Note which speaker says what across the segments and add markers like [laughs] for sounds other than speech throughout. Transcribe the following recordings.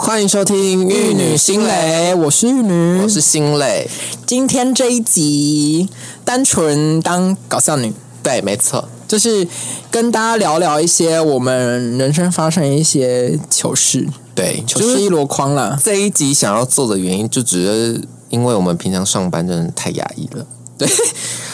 Speaker 1: 欢迎收听《玉女心蕾》，
Speaker 2: 我是玉女，
Speaker 1: 我是心蕾。
Speaker 2: 今天这一集单纯当搞笑女，
Speaker 1: 对，没错，
Speaker 2: 就是跟大家聊聊一些我们人生发生的一些糗事，
Speaker 1: 对，
Speaker 2: 糗
Speaker 1: 就
Speaker 2: 事一
Speaker 1: 是
Speaker 2: 箩筐啦。
Speaker 1: 这一集想要做的原因，就只是因为我们平常上班真的太压抑了，对，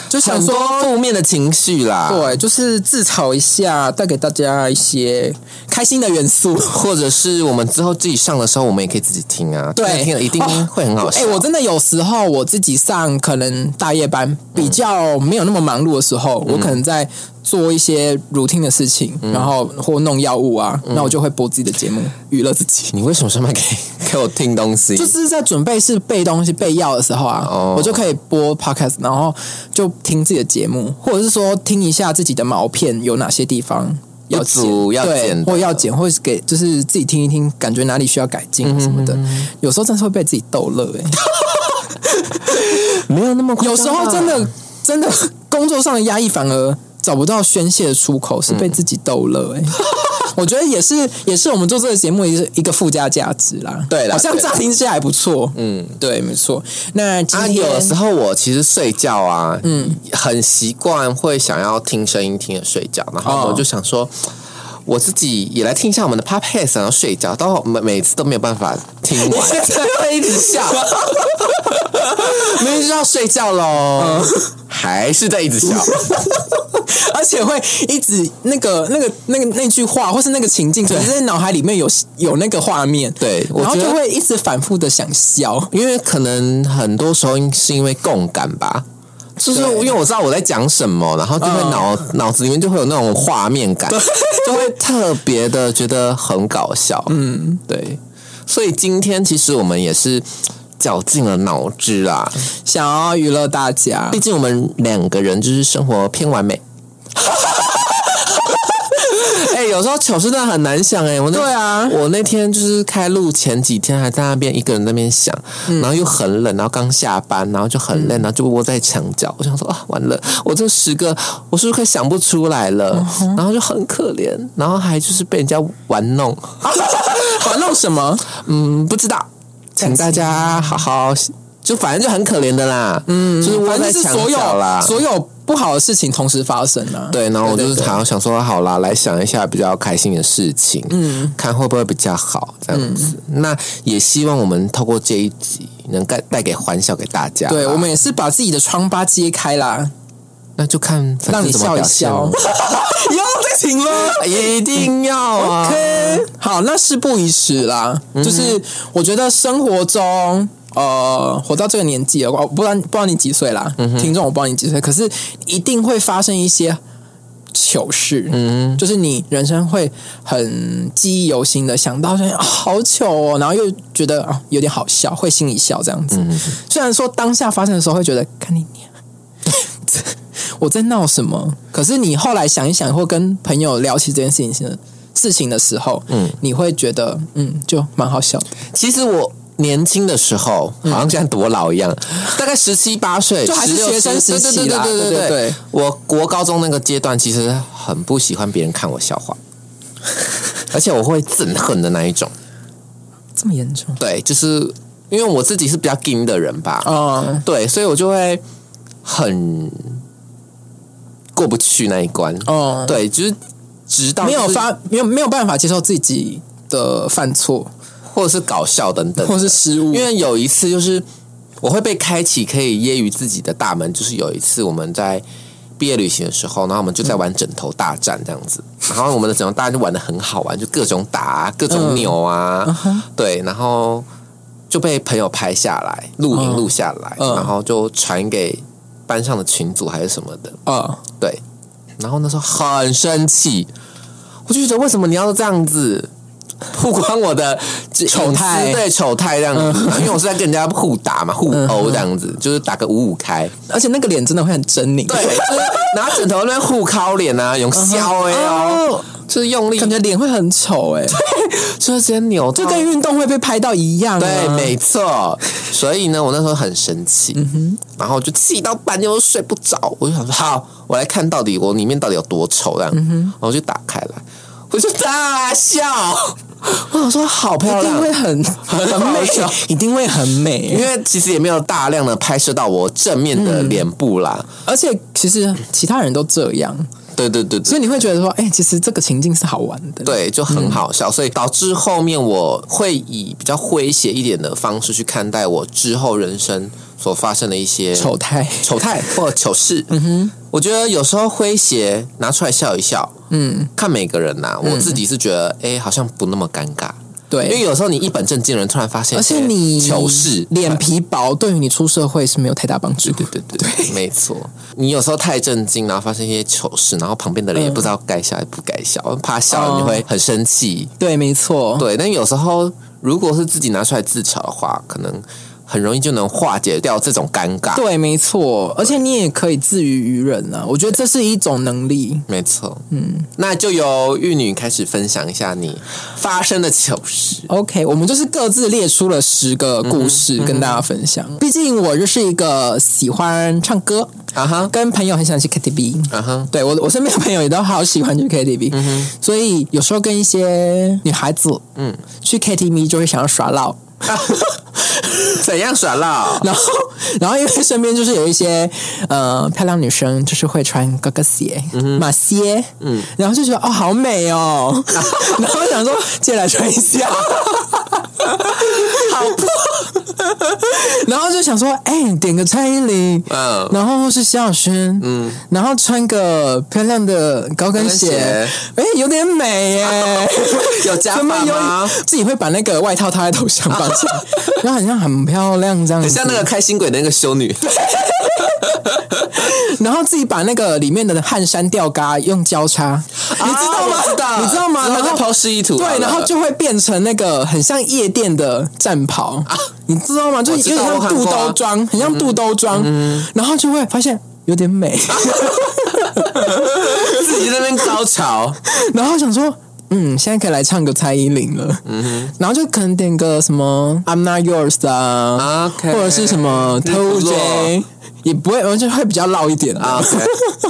Speaker 2: 就想
Speaker 1: 很
Speaker 2: 说
Speaker 1: 多负面的情绪啦，，
Speaker 2: 对，就是自嘲一下，带给大家一些开心的元素。
Speaker 1: 或者是我们之后自己上的时候，我们也可以自己听啊，
Speaker 2: 对，
Speaker 1: 听了一定
Speaker 2: 哦
Speaker 1: 会很好笑。
Speaker 2: 哎、我真的有时候我自己上可能大夜班，比较没有那么忙碌的时候，
Speaker 1: 嗯
Speaker 2: 我可能在做一些 routine 的事情，然后或弄药物啊，
Speaker 1: 嗯
Speaker 2: 那我就会播自己的节目娱乐自己。
Speaker 1: 你为什么上班给 [laughs] 给我听东西？
Speaker 2: 就是在准备是备东西备药的时候啊，
Speaker 1: 哦
Speaker 2: 我就可以播 podcast，然后就听自己的节目，或者是说听一下自己的毛片有哪些地方要
Speaker 1: 不
Speaker 2: 剪
Speaker 1: 足要
Speaker 2: 对
Speaker 1: 剪的
Speaker 2: 或要剪，或是给就是自己听一听，感觉哪里需要改进啊什么
Speaker 1: 嗯
Speaker 2: 的。有时候真是会被自己逗乐哎、
Speaker 1: 没有那么夸张
Speaker 2: 有
Speaker 1: 啊
Speaker 2: 时候真的真的工作上的压抑反而找不到宣泄的出口，
Speaker 1: 嗯
Speaker 2: 是被自己逗乐
Speaker 1: [laughs]
Speaker 2: 哎、我觉得也是，也是我们做这个节目一个一个附加价值啦。
Speaker 1: 对啦
Speaker 2: 好像
Speaker 1: 对啦
Speaker 2: 乍听之下还不错。嗯，对，没错。那今
Speaker 1: 啊，
Speaker 2: 天、
Speaker 1: 有的时候我其实睡觉啊，嗯，很习惯会想要听声音听着睡觉，然
Speaker 2: 哦
Speaker 1: 后我就想说。我自己也来听一下我们的 podcast，然后睡觉，到每每次都没有办法听
Speaker 2: [laughs]
Speaker 1: 完，
Speaker 2: 会一直笑，
Speaker 1: 明明就要睡觉
Speaker 2: 嗯
Speaker 1: 喽，还是在一
Speaker 2: [laughs]
Speaker 1: 直笑。
Speaker 2: 而且会一直那个那个那个那句话，或是那个情境，可是在脑海里面有有那个画面，
Speaker 1: 对我
Speaker 2: 然后
Speaker 1: 觉得
Speaker 2: 就会一直反复的想笑。
Speaker 1: 因为可能很多时候是因为共感吧，就是
Speaker 2: 对
Speaker 1: 因为我知道我在讲什么，然后就会
Speaker 2: 嗯
Speaker 1: 脑、脑子里面就会有那种画面感， [laughs] 就会特别的觉得很搞笑。嗯，对。所以今天其实我们也是绞尽了脑汁啦，
Speaker 2: 想要娱乐大 [laughs] 家
Speaker 1: 毕，竟我们两个人就是生活偏完美。 [laughs] 哎、有时候糗事真的很难想哎、我那
Speaker 2: 对啊
Speaker 1: 我那天就是开录前几天还在那边一个人在那边想，
Speaker 2: 嗯
Speaker 1: 然后又很冷，然后刚下班，然后就很累，然后就窝在墙角。我想说啊，完了，我这十个我是不是快想不出来了？
Speaker 2: 嗯
Speaker 1: 然后就很可怜，然后还就是被人家玩弄。
Speaker 2: 玩弄什么？
Speaker 1: 嗯，不知道，请大家好好，就反正就很可怜的啦。嗯，就是窝
Speaker 2: 反
Speaker 1: 在
Speaker 2: 正就是
Speaker 1: 墙
Speaker 2: 所
Speaker 1: 角啦
Speaker 2: 有。所有不好的事情同时发生啊。
Speaker 1: 对，然后我就是
Speaker 2: 对对
Speaker 1: 好像想说，好啦，来想一下比较开心的事情，嗯，看会不会比较好这
Speaker 2: 嗯
Speaker 1: 样子。那也希望我们透过这一集能带带给欢笑给大家啦。
Speaker 2: 对，我们也是把自己的疮疤揭开啦，
Speaker 1: 那就看粉
Speaker 2: 让
Speaker 1: 丝
Speaker 2: 你
Speaker 1: 怎么
Speaker 2: 笑一
Speaker 1: 表现哎
Speaker 2: 笑 [laughs]
Speaker 1: [laughs] 咯。。
Speaker 2: 又在请了。
Speaker 1: 一定要啊！
Speaker 2: OK，好，那事不宜迟啦。
Speaker 1: 嗯
Speaker 2: 就是我觉得生活中，呃，活到这个年纪了，我不知道不知道你几岁啦，
Speaker 1: 嗯
Speaker 2: 听众我不知道你几岁，可是一定会发生一些糗事，嗯，就是你人生会很记忆犹新的，想到说、啊好糗哦，然后又觉得啊有点好笑，会心一笑这样子。虽然说当下发生的时候会觉得，看你娘。我在闹什么？可是你后来想一想，或跟朋友聊起这件事情的事情的时候，嗯，你会觉得，嗯，就蛮好笑的，
Speaker 1: 其实我年轻的时候，好像现在多老一样，大概十七八岁，
Speaker 2: 嗯就还是
Speaker 1: 16
Speaker 2: 学生时期啦
Speaker 1: 对对对
Speaker 2: 对
Speaker 1: 对
Speaker 2: 对对
Speaker 1: 我国高中那个阶段，其实很不喜欢别人看我笑
Speaker 2: [laughs]
Speaker 1: 话，而且我会憎恨的那一种。
Speaker 2: 这么严重？
Speaker 1: 对，就是因为我自己是比较硬的人吧，
Speaker 2: 嗯，
Speaker 1: 对，所以我就会很过不去那一关。
Speaker 2: 哦、
Speaker 1: 对，就是直到
Speaker 2: 没有
Speaker 1: 就是
Speaker 2: 发，没有没有办法接受自己的犯错
Speaker 1: 或者是搞笑等等，
Speaker 2: 或是失误，
Speaker 1: 因为有一次就是我会被开启可以揶揄自己的大门，就是有一次我们在毕业旅行的时候，然后我们就在玩枕头大战这样子，
Speaker 2: 嗯
Speaker 1: 然后我们的枕头大战就玩的很好玩，就各种打、啊、各种扭啊，对，然后就被朋友拍下来，录影
Speaker 2: 嗯
Speaker 1: 录下来，
Speaker 2: 嗯
Speaker 1: 然后就传给班上的群组还是什么的，
Speaker 2: 啊、
Speaker 1: 对，然后那时候很生气，我就觉得为什么你要这样子？曝光我的
Speaker 2: 丑态嗯
Speaker 1: 隐私对丑态这样子，因为我是在跟人家互打嘛，互殴这样子，就是打个五五开，
Speaker 2: 而且那个脸真的会很狰狞，
Speaker 1: 对，就是拿枕头在那边互敲脸啊，用削
Speaker 2: 嗯
Speaker 1: 哎
Speaker 2: 啊
Speaker 1: 哦，就是用力，
Speaker 2: 感觉脸会很丑哎、
Speaker 1: 就是直接扭到，
Speaker 2: 就跟运动会被拍到一样、啊。
Speaker 1: 对，没错。所以呢，我那时候很生气，
Speaker 2: 嗯
Speaker 1: 然后就气到半夜都睡不着，我就想说，好，我来看到底我里面到底有多丑这样。
Speaker 2: 嗯
Speaker 1: 然后我就打开来，我就大笑，我想说好漂
Speaker 2: 一定
Speaker 1: 亮
Speaker 2: 会。很很
Speaker 1: 好
Speaker 2: 美
Speaker 1: 笑，
Speaker 2: 一定会很
Speaker 1: 因
Speaker 2: 美。
Speaker 1: 为其实也没有大量的拍摄到我正面的脸部啦，
Speaker 2: 而且其实其他人都这样，
Speaker 1: 对对对对
Speaker 2: 所以你会觉得说，哎、其实这个情境是好玩的。，
Speaker 1: 对，就很好笑，所以导致后面我会以比较诙谐一点的方式去看待我之后人生所发生的一些
Speaker 2: 丑态，
Speaker 1: 丑态或糗事。嗯哼，我觉得有时候诙谐拿出来笑一笑，
Speaker 2: 嗯，
Speaker 1: 看每个人呐、我自己是觉得，哎、好像不那么尴尬，因为
Speaker 2: 对。
Speaker 1: 有时候你一本正经的人突然发现，
Speaker 2: 而且你
Speaker 1: 糗事
Speaker 2: 脸。皮薄，对于你出社会是没有太大帮助。对对
Speaker 1: 对， [laughs] 没错。你有时候太震惊，然后发生一些糗事，然后旁边的人也不知道该笑还不该笑，怕笑
Speaker 2: 哦
Speaker 1: 了你会很生气。
Speaker 2: 对，没错。
Speaker 1: 对，但有时候如果是自己拿出来自嘲的话，可能很容易就能化解掉这种尴尬。
Speaker 2: 对，没错，而且你也可以自娱于人啊，我觉得这是一种能力。
Speaker 1: 没错，嗯，那就由玉女开始分享一下你发生的糗事。
Speaker 2: OK，我们就是各自列出了十个故事、跟大家分享。毕竟我就是一个喜欢唱歌，
Speaker 1: 啊哈，
Speaker 2: 跟朋友很喜欢去 KTV，
Speaker 1: 啊哈， [laughs]
Speaker 2: 对我我身边的朋友也都好喜欢去 KTV，、所以有时候跟一些女孩子，嗯，去 KTV 就会想要耍闹。
Speaker 1: 怎样耍闹？
Speaker 2: [laughs] 然后，然后因为身边就是有一些呃漂亮女生，就是会穿高跟鞋、马靴，嗯，然后就觉得哦好美
Speaker 1: [laughs]
Speaker 2: 哦，然后想说借来穿一下，
Speaker 1: 好破，
Speaker 2: [laughs] 然后就想说哎点个蔡依林，
Speaker 1: 嗯
Speaker 2: 然后是萧亚轩，嗯，然后穿个漂亮的高跟
Speaker 1: 高
Speaker 2: 鞋
Speaker 1: 跟鞋，
Speaker 2: 哎有点美
Speaker 1: [laughs]
Speaker 2: 耶，
Speaker 1: 有加
Speaker 2: 怎么
Speaker 1: 法
Speaker 2: 有
Speaker 1: 吗？
Speaker 2: 自己会把那个外套套在头上绑
Speaker 1: [laughs]
Speaker 2: 起来，然后好像很漂亮这样子，
Speaker 1: 很像那个开心鬼的那个修女，
Speaker 2: 然后自己把那个里面的汗衫吊嘎用交
Speaker 1: 啊
Speaker 2: 叉，你知道吗？
Speaker 1: 我知道，
Speaker 2: 你知道吗？
Speaker 1: 之
Speaker 2: 然
Speaker 1: 后
Speaker 2: 后
Speaker 1: 就抛示意图好了，
Speaker 2: 对，然后就会变成那个很像夜店的战袍，你知道吗？就是有点
Speaker 1: 啊我
Speaker 2: 像
Speaker 1: 看
Speaker 2: 肚
Speaker 1: 过啊嗯
Speaker 2: 兜装，很像肚兜装，然后就会发现有点美，
Speaker 1: 啊自己在那边高潮，
Speaker 2: 然后想说。嗯，现在可以来唱个蔡依林了。嗯然后就可能点个什么《I'm Not Yours》啊
Speaker 1: OK
Speaker 2: 或者是什么《
Speaker 1: 日不
Speaker 2: Toe
Speaker 1: 落
Speaker 2: J》，也不会，而且会比较绕一点啊。
Speaker 1: 啊，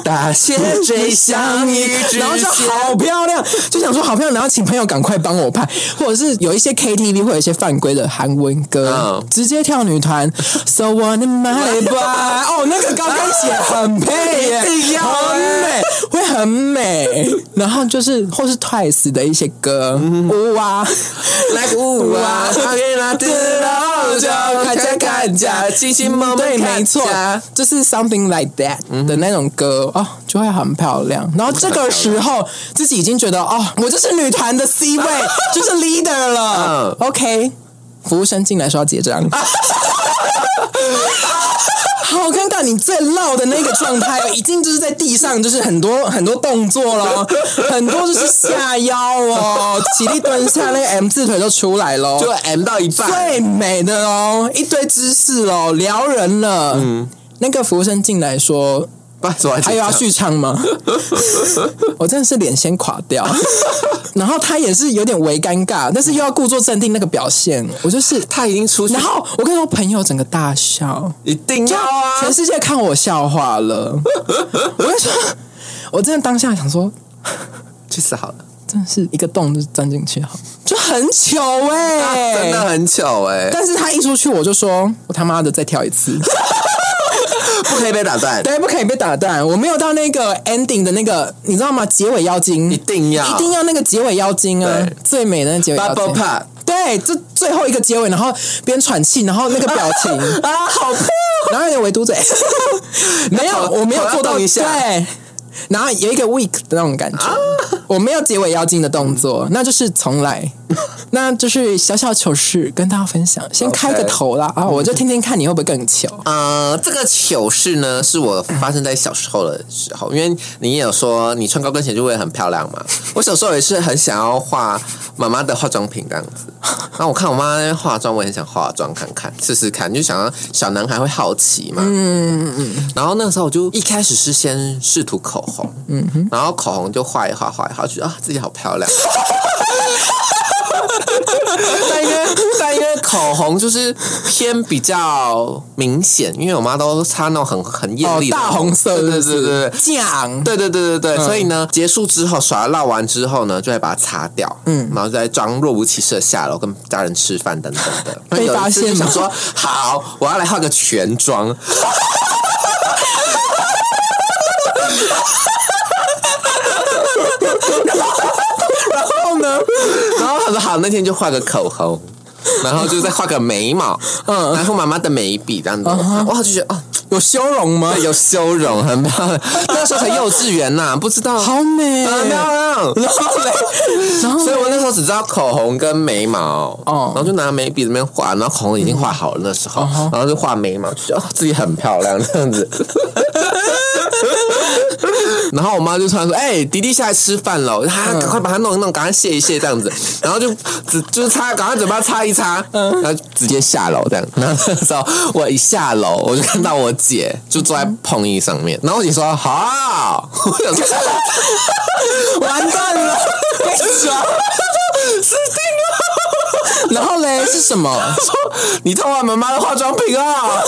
Speaker 1: 大谢
Speaker 2: 追
Speaker 1: 追
Speaker 2: 想
Speaker 1: 想
Speaker 2: 你
Speaker 1: 你，之
Speaker 2: [laughs] 然后就
Speaker 1: 前，
Speaker 2: 好漂亮，就想说好漂亮，然后请朋友赶快帮我拍，或者是有一些 KTV 会有一些犯规的韩文歌
Speaker 1: 嗯，
Speaker 2: 直接跳女
Speaker 1: [laughs]
Speaker 2: 团，So wanna my boy，哦，那个高跟鞋很配耶，
Speaker 1: [laughs] 一定要
Speaker 2: 很美，会很美。然后就是或是 Twice 的一些歌，
Speaker 1: 嗯
Speaker 2: 哇，
Speaker 1: 来个舞啊，他给他的老就看家看家，亲亲妈妈，
Speaker 2: 嗯对，没错，就是 something like that 的那种歌、哦，就会很漂亮。然后这个时候自己已经觉得哦，我就是女团的 C 位，就是 leader 了。OK，服务生进来说要结账。 [laughs] 好尴尬！你最闹的那个状态哦，已经就是在地上，就是很多很多动作了，很多就是下腰哦，起立蹲下，那个 M 字腿都出来哦喽，
Speaker 1: 就 M 到一半，
Speaker 2: 最美的哦，一堆姿势哦，撩人了。嗯，那个服务生进来说
Speaker 1: 不好意思我：“
Speaker 2: 还有要啊续唱 [laughs] 吗？”我真的是脸先垮 [laughs] 掉，然后他也是有点微尴尬，但是又要故作镇定那个表现，我就是。
Speaker 1: 他已经出去
Speaker 2: 然，后我跟我朋友整个大笑，
Speaker 1: 一定要啊，
Speaker 2: 全世界看我笑话了。我就说，我真的当下想说，
Speaker 1: 去死好了。
Speaker 2: 真的是一个洞就钻进去，好，就很糗哎、
Speaker 1: 真的很糗哎、
Speaker 2: 但是他一出去，我就说我他妈的再跳一次，
Speaker 1: 不可以被打断，
Speaker 2: 对，不可以被打断。我没有到那个 ending 的那个，你知道吗？结尾妖精
Speaker 1: 一定要
Speaker 2: 一定要那个结尾妖精啊
Speaker 1: 对，
Speaker 2: 最美的那个结尾妖
Speaker 1: bubble
Speaker 2: 精。
Speaker 1: pop
Speaker 2: 对，这最后一个结尾，然后边喘气，然后那个表情，
Speaker 1: [laughs] 啊，好破，
Speaker 2: 然后有点围堵
Speaker 1: [laughs]
Speaker 2: 嘴，没有，
Speaker 1: 头
Speaker 2: 我没有做
Speaker 1: 头要
Speaker 2: 到
Speaker 1: 动一下啊
Speaker 2: 对，然后有一个 weak 的那种感觉，我没有结尾妖精的动作，那就是从
Speaker 1: [laughs]
Speaker 2: 来，那就是小小糗事跟大家分享，先开个
Speaker 1: OK
Speaker 2: 头啦啊！我就听听看你会不会更糗。
Speaker 1: 呃，这个糗事呢，是我发生在小时候的时候，因为你也有说你穿高跟鞋就会很漂亮 [laughs] 嘛。我小时候也是很想要画妈妈的化妆品这样子，然后我看我妈在化妆，我也很想化妆看看试试看，就想要小男孩会好奇嘛。嗯嗯。然后那个时候我就一开始是先试涂口红，嗯哼，然后口红就画一画画一画，觉得啊自己好漂亮。但因为但因为口红就是偏比较明显，因为我妈都擦那种很很艳
Speaker 2: 哦
Speaker 1: 丽，的、
Speaker 2: 大红色
Speaker 1: 对对
Speaker 2: 是不是
Speaker 1: 对对对。
Speaker 2: 酱
Speaker 1: 对对对对对，所以呢，结束之后耍闹完之后呢，就会把它擦掉，嗯，然后再装若无其事的下楼跟家人吃饭等等的。
Speaker 2: 被
Speaker 1: 有一次
Speaker 2: 发现
Speaker 1: 就
Speaker 2: 吗
Speaker 1: 想说好，我要来化个全妆，
Speaker 2: 然后呢？
Speaker 1: [laughs] 然后他说好，那天就画个
Speaker 2: [laughs]
Speaker 1: 口红，然后就再画个眉毛，嗯，然后妈妈的眉笔这样
Speaker 2: 嗯
Speaker 1: 子，哇，就觉得哦，
Speaker 2: 有修容 [laughs] 吗？
Speaker 1: 有修容，很漂亮。那时候才幼稚园呐、不知道，啊
Speaker 2: 好美，
Speaker 1: 很漂亮。
Speaker 2: 然后嘞，然后
Speaker 1: 所
Speaker 2: 嘞
Speaker 1: 以我那时候只知道口红跟眉毛，
Speaker 2: 哦
Speaker 1: 然后就拿眉笔在那边画，然后口红已经画好了那时候，
Speaker 2: 嗯
Speaker 1: 然后就画眉毛，就觉得、哦、自己很漂亮这样子。 [laughs] 然后我妈就突然说：“哎、迪迪下来吃饭了，她赶快把它弄一弄，赶快卸一卸这样子。”然后就只就是擦，赶快嘴巴擦一擦，然后直接下楼这样。 [laughs] 然后那时候我一下楼，我就看到我姐就坐在碰椅上面，然后我姐说：“好。” [laughs] 我想说。
Speaker 2: 完蛋了，被抓，死定了。然后
Speaker 1: [laughs]
Speaker 2: 嘞是什么？
Speaker 1: 你偷我妈妈的化妆品啊！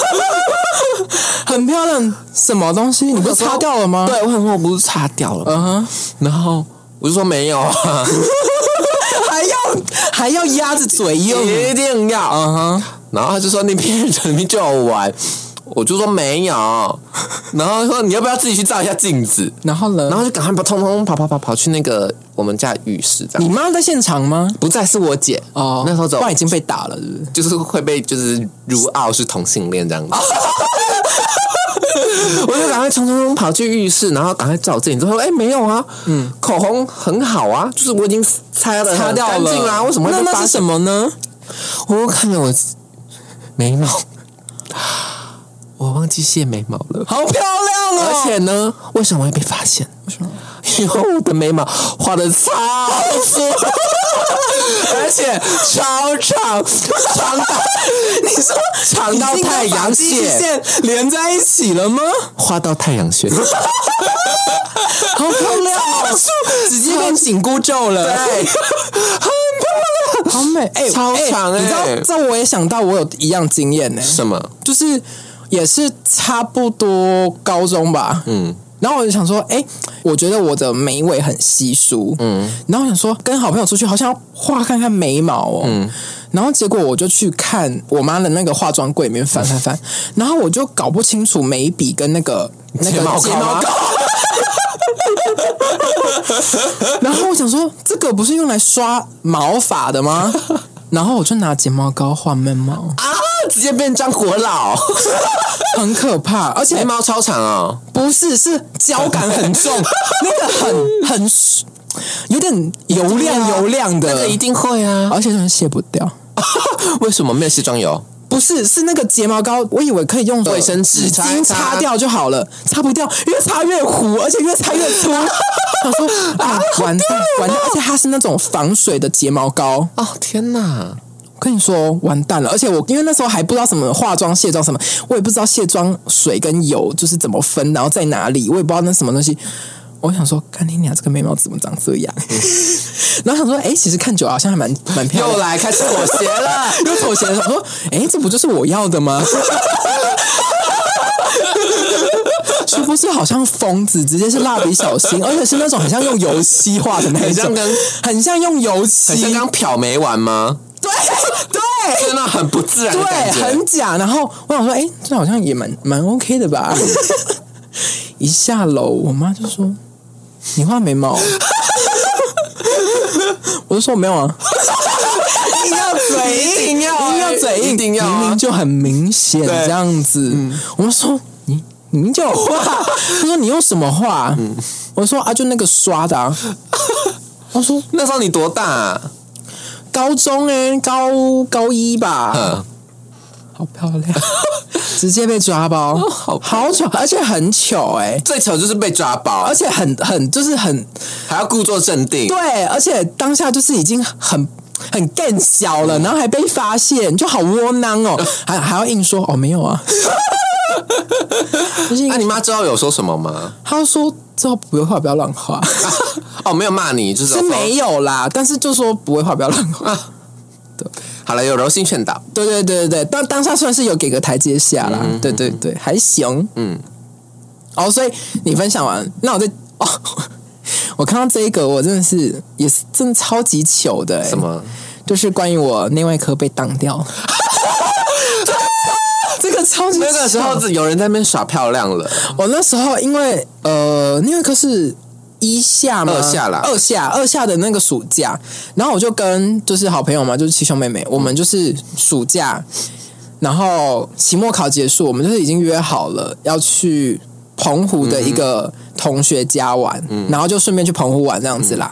Speaker 2: 很漂亮，什么东西？ [laughs] 你不是擦掉了吗？，
Speaker 1: 对，我想说我不是擦掉了吗？
Speaker 2: 嗯哼，
Speaker 1: 然后我就说没有啊，
Speaker 2: 还要还要压着嘴用，
Speaker 1: 一定要。
Speaker 2: 嗯哼，
Speaker 1: 然后他就说你骗人，你就有玩。我就说没有，然后说你要不要自己去照一下镜子？
Speaker 2: 然后
Speaker 1: 然
Speaker 2: 呢？
Speaker 1: 后就赶快跑，通通跑跑跑跑去那个我们家的浴室，这样
Speaker 2: 你妈在现场吗？
Speaker 1: 不在是我姐
Speaker 2: 嗯哦，
Speaker 1: 那时候走
Speaker 2: 不然已经被打了，是不是？
Speaker 1: 就是会被就是如傲是同性恋这样子。 [laughs] 我就赶快冲冲冲跑去浴室，然后赶快照镜子，说：“哎、没有啊，嗯，口红很好啊，就是我已经擦的
Speaker 2: 擦掉
Speaker 1: 干净
Speaker 2: 了
Speaker 1: 啦，为什么会
Speaker 2: 那
Speaker 1: 被
Speaker 2: 那
Speaker 1: 发
Speaker 2: 是
Speaker 1: 现
Speaker 2: 什？么呢？
Speaker 1: 我又看着我眉毛，我忘记卸眉毛了。
Speaker 2: 好漂亮哦！
Speaker 1: 而且呢，为什么会被发现？为什
Speaker 2: 么？
Speaker 1: 因为我的眉毛画的超粗， [laughs] 而且超长，长到你说长到太阳穴，
Speaker 2: 线连在一起了吗？
Speaker 1: 画到太阳 [laughs] 穴，
Speaker 2: 好漂亮哦！直接变紧箍咒了，
Speaker 1: [laughs] 对，
Speaker 2: [laughs] 好美哎、
Speaker 1: 超长
Speaker 2: 你知道
Speaker 1: 哎
Speaker 2: 这我也想到，我有一样经验呢、
Speaker 1: 什么？
Speaker 2: 就是也是差不多高中吧，嗯。然后我就想说，哎、我觉得我的眉尾很稀疏，嗯。然后我想说，跟好朋友出去，好像要画看看眉毛哦，嗯。然后结果我就去看我妈的那个化妆柜里面翻翻翻，然后我就搞不清楚眉笔跟那个那个
Speaker 1: 睫毛膏 [laughs] 吗
Speaker 2: 膏然后我想说，这个不是用来刷毛发的吗？然后我就拿睫毛膏画眉毛，
Speaker 1: 啊，直接变张国老，
Speaker 2: 很可怕，而且
Speaker 1: 眉毛超长哦，
Speaker 2: 不是，是胶感很重，
Speaker 1: [laughs]
Speaker 2: 那个很很有点油亮油亮
Speaker 1: 啊那
Speaker 2: 的
Speaker 1: 个，一定会啊。
Speaker 2: 而且真的卸不掉。
Speaker 1: 为什么没有卸妆油？
Speaker 2: 不是，是那个睫毛膏，我以为可以用
Speaker 1: 卫生纸擦
Speaker 2: 巾
Speaker 1: 一
Speaker 2: 擦
Speaker 1: 擦
Speaker 2: 掉就好了，擦不掉，越擦越糊，而且越擦越 [laughs] 粗。我说啊，完蛋完蛋，而且它是那种防水的睫毛膏，
Speaker 1: 哦，天哪！
Speaker 2: 跟你说完蛋了。而且我因为那时候还不知道什么化妆、卸妆什么，我也不知道卸妆水跟油就是怎么分，然后在哪里，我也不知道那什么东西。我想说，看你俩这个眉毛怎么长这
Speaker 1: [laughs]
Speaker 2: 样？然后想说，哎、其实看久了好像还蛮蛮 [laughs] 漂亮的。
Speaker 1: 来开始妥协了。
Speaker 2: 又妥协了，想说，哎、这不就是我要的吗？殊不知好像疯子，直接是蜡笔小新，而且是那种很像用油漆画的那一
Speaker 1: 很
Speaker 2: 种，
Speaker 1: 像跟
Speaker 2: 很像用油
Speaker 1: 很像
Speaker 2: 漆，
Speaker 1: 刚漂眉完吗？
Speaker 2: 对 [laughs] 对，
Speaker 1: 就是那种很不自然的感
Speaker 2: 对，
Speaker 1: 觉。
Speaker 2: 很假。然后我想说，哎、这好像也蛮蛮 OK 的
Speaker 1: [laughs]
Speaker 2: 吧。一下楼，我妈就说：“你画眉毛哦？”我就说：“没有
Speaker 1: [laughs]
Speaker 2: 啊。”硬要硬
Speaker 1: 硬要啊
Speaker 2: 硬要嘴硬，
Speaker 1: 一定要啊
Speaker 2: 明明就很明显
Speaker 1: 对嗯
Speaker 2: 这样子。我们说你。你
Speaker 1: [laughs] 嗯
Speaker 2: 明明就有画，他说你用什么画？我说啊，就那个刷的啊。我说
Speaker 1: 那时候你多大、啊？
Speaker 2: 高中哎、高高一吧，
Speaker 1: 嗯，
Speaker 2: 好漂亮， [laughs] 直接被抓包，
Speaker 1: 好
Speaker 2: [laughs] 好丑，而且很糗哎、
Speaker 1: 最糗就是被抓包
Speaker 2: 而，且很很就是很
Speaker 1: 还要故作镇定。
Speaker 2: 对，而且当下就是已经很很更小
Speaker 1: 嗯
Speaker 2: 了，然后还被发现，就好窝囊
Speaker 1: [laughs]
Speaker 2: 哦，还还要硬说哦没有啊，不是
Speaker 1: 啊那、你妈知道有说什么吗？ [laughs]
Speaker 2: 他说之后不会画不要乱画，
Speaker 1: 哦，没有骂你，就是
Speaker 2: 是
Speaker 1: 有说
Speaker 2: 没有啦，但是就说不会画不要乱
Speaker 1: 啊
Speaker 2: 画，
Speaker 1: 好了，有柔性劝导。
Speaker 2: 对对对对对，当当下算是有给个台阶下啦，对对对，还行，
Speaker 1: 嗯，
Speaker 2: 哦，所以你分享完，那我再哦。 [laughs] 我看到这一个，我真的是也是真的超级糗的、欸，
Speaker 1: 什么？
Speaker 2: 就是关于我内外科被当掉， [laughs] 这个超级
Speaker 1: 那个时候
Speaker 2: 糗，
Speaker 1: 是有人在那边耍漂亮了，
Speaker 2: 我哦那时候因为呃内外科是一下嘛，
Speaker 1: 二下啦
Speaker 2: 二下二下的那个暑假，然后我就跟就是好朋友嘛，就是七兄妹
Speaker 1: 嗯
Speaker 2: 妹，我们就是暑假，然后期末考结束，我们就是已经约好了要去澎湖的一
Speaker 1: 嗯
Speaker 2: 个同学家玩，然后就顺便去澎湖玩这样子
Speaker 1: 嗯
Speaker 2: 啦。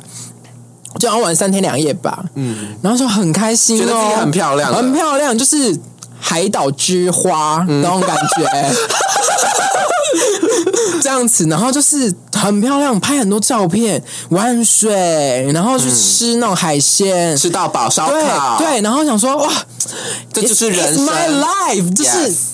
Speaker 2: 就要玩三天两夜吧，嗯，然后就很开心、哦，
Speaker 1: 觉得自己很漂亮了
Speaker 2: 很漂亮，就是海岛之花
Speaker 1: 嗯
Speaker 2: 那种感
Speaker 1: [laughs]
Speaker 2: 觉，这样子，然后就是很漂亮，拍很多照片，玩水，然后去吃那种海鲜，
Speaker 1: 吃到饱烧烤，
Speaker 2: 对，对，然后想说哇，
Speaker 1: 这就是
Speaker 2: it's-
Speaker 1: 人
Speaker 2: it's
Speaker 1: 生。
Speaker 2: my life，就是
Speaker 1: Yes 嗯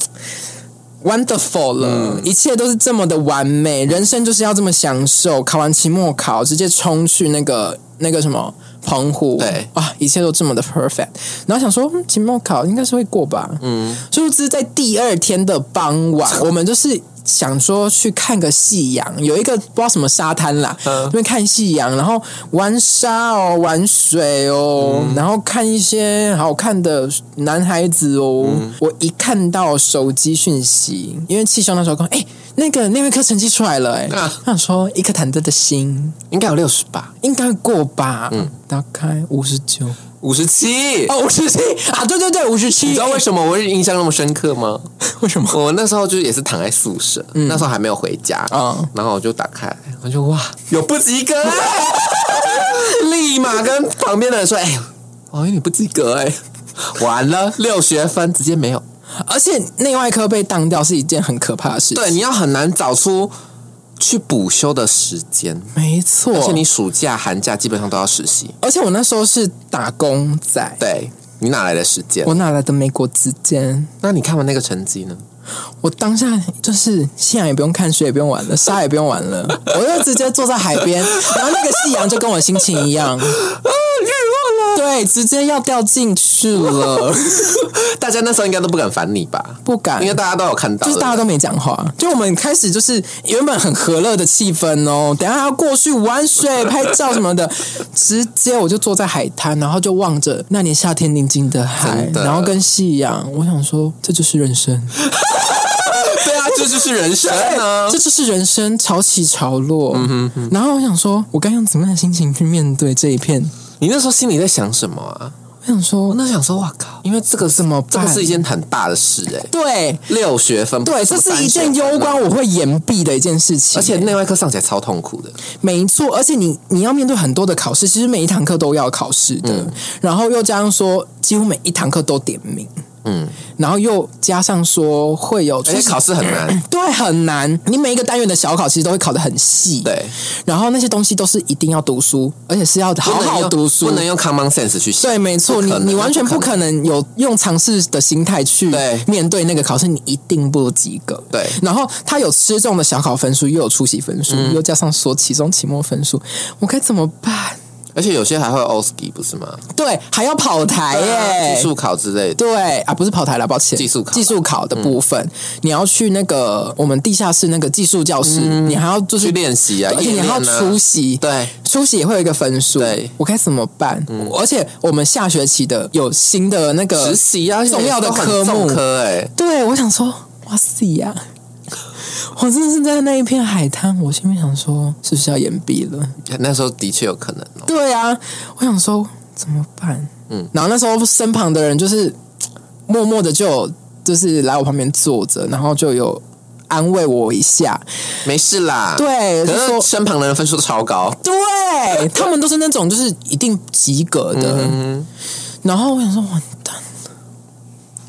Speaker 2: wonderful 了，一切都是这么的完美，人生就是要这么享受。考完期末考，直接冲去那个那个什么澎湖，
Speaker 1: 对
Speaker 2: 啊，一切都这么的 perfect。然后想说，嗯期末考应该是会过吧，嗯，殊不知在第二天的傍晚，我们就是。想说去看个夕阳，有一个不知道什么沙滩啦，
Speaker 1: 嗯
Speaker 2: 那边看夕阳，然后玩沙哦，玩水哦，
Speaker 1: 嗯
Speaker 2: 然后看一些好看的男孩子哦。
Speaker 1: 嗯
Speaker 2: 我一看到手机讯息，因为气胸那时候跟我哎、那个那位科成绩出来了哎、
Speaker 1: 啊
Speaker 2: 我想说一颗忐忑的心
Speaker 1: 应该有六十吧，
Speaker 2: 应该会过吧，
Speaker 1: 嗯
Speaker 2: 大概五十九
Speaker 1: 五十七。
Speaker 2: 哦，五十七啊，对对对，五十七，
Speaker 1: 你知道为什么我会印象那么深刻吗？
Speaker 2: 为什么？
Speaker 1: 我那时候就也是躺在宿舍，那时候还没有回家，
Speaker 2: 嗯
Speaker 1: 然后我就打开来，我就哇，有不及格、啊， [laughs] 立马跟旁边的人说：“哎、王英你不及格哎、完了，六学分直接没有。
Speaker 2: 而且内外科被当掉是一件很可怕的事情，
Speaker 1: 对，，你要很难找出去补休的时间，
Speaker 2: 没错，
Speaker 1: 而且你暑假、寒假基本上都要实习。
Speaker 2: 而且我那时候是打工仔，
Speaker 1: 对你哪来的时间？
Speaker 2: 我哪来的美国之间？
Speaker 1: 那你看完那个成绩呢？
Speaker 2: 我当下就是夕阳也不用看，水也不用
Speaker 1: [laughs]
Speaker 2: 玩了，沙也不用玩了，我就直接坐在海边，然后那个夕阳就跟我心情一样，
Speaker 1: 啊
Speaker 2: 对，直接要掉进去了，
Speaker 1: 大家那时候应该都不敢烦你吧？
Speaker 2: 不敢
Speaker 1: 因。为哎大家都有看到，
Speaker 2: 就是大家都没讲话，就我们开始就是原本很和乐的气氛哦，等一下还要过去玩水、拍照什
Speaker 1: [laughs]
Speaker 2: 么的，直接我就坐在海滩，然后就望着那年夏天宁静的海，
Speaker 1: 真的
Speaker 2: 然后跟夕阳，我想说这就是人
Speaker 1: [laughs]
Speaker 2: 生。
Speaker 1: [laughs] 对不对对啊，这就是人生啊。
Speaker 2: 这就是人生潮起潮落。
Speaker 1: 嗯
Speaker 2: 然后我想说，我该用怎么样的心情去面对这一片？
Speaker 1: 你那时候心里在想什么啊？
Speaker 2: 我想说
Speaker 1: 我，那时候想说，哇靠，因为这个
Speaker 2: 怎么
Speaker 1: 这
Speaker 2: 办？
Speaker 1: 个是一件很大的事哎、
Speaker 2: 对
Speaker 1: 六学分，
Speaker 2: 对，这是一件攸
Speaker 1: 关，
Speaker 2: 关我会言毕的一件事情。
Speaker 1: 而且内外科上起来超痛苦的。
Speaker 2: 没错，而且你你要面对很多的考试，其实每一堂课都要考试的，
Speaker 1: 嗯
Speaker 2: 然后又加上说几乎每一堂课都点名，
Speaker 1: 嗯，
Speaker 2: 然后又加上说会有
Speaker 1: 而且考试很难，
Speaker 2: 对很难，你每一个单元的小考其实都会考得很细，
Speaker 1: 对，
Speaker 2: 然后那些东西都是一定要读书，而且是要好
Speaker 1: 不能
Speaker 2: 好
Speaker 1: 用
Speaker 2: 读书，
Speaker 1: 不能用 common sense 去写。
Speaker 2: 对，没错，
Speaker 1: 不
Speaker 2: 你
Speaker 1: 可能
Speaker 2: 你完全
Speaker 1: 不
Speaker 2: 不可能有用尝试的心态去
Speaker 1: 对
Speaker 2: 面对那个考试，你一定不及格。
Speaker 1: 对
Speaker 2: 然后他有吃中的小考分数，又有出席分数，
Speaker 1: 嗯
Speaker 2: 又加上所期中、期末分数，我该怎么办？
Speaker 1: 而且有些还会 OSCE 不是吗？
Speaker 2: 对，还要跑
Speaker 1: 哎
Speaker 2: 台耶、
Speaker 1: 啊技术考之类的。
Speaker 2: 对啊，不是跑台了，抱歉，
Speaker 1: 技术考嗯
Speaker 2: 技术考的部分，你要去那个我们地下室那个技术教室，你还要就是
Speaker 1: 去练习啊，
Speaker 2: 而且
Speaker 1: 夜
Speaker 2: 你还要
Speaker 1: 嗯练啊
Speaker 2: 出席，
Speaker 1: 对，
Speaker 2: 出席也会有一个分数，
Speaker 1: 对嗯
Speaker 2: 我该怎么办？而且我们下学期的有新的那个
Speaker 1: 实习啊，
Speaker 2: 重要的科
Speaker 1: 重
Speaker 2: 目，
Speaker 1: 科哎、
Speaker 2: 对我想说，哇塞呀、我真的是在那一片海滩，我心里想说，是不是要延毕了？
Speaker 1: 那时候的确有可能哦、
Speaker 2: 对啊，我想说怎么办？嗯
Speaker 1: 嗯，
Speaker 2: 然后那时候身旁的人就是默默的就有就是来我旁边坐着，然后就有安慰我一下。
Speaker 1: 没事啦。，
Speaker 2: 对，就
Speaker 1: 可
Speaker 2: 说
Speaker 1: 是身旁的人分数都超高，
Speaker 2: 对他们都是那种就是一定及格
Speaker 1: 嗯
Speaker 2: 的。然后我想说，完蛋，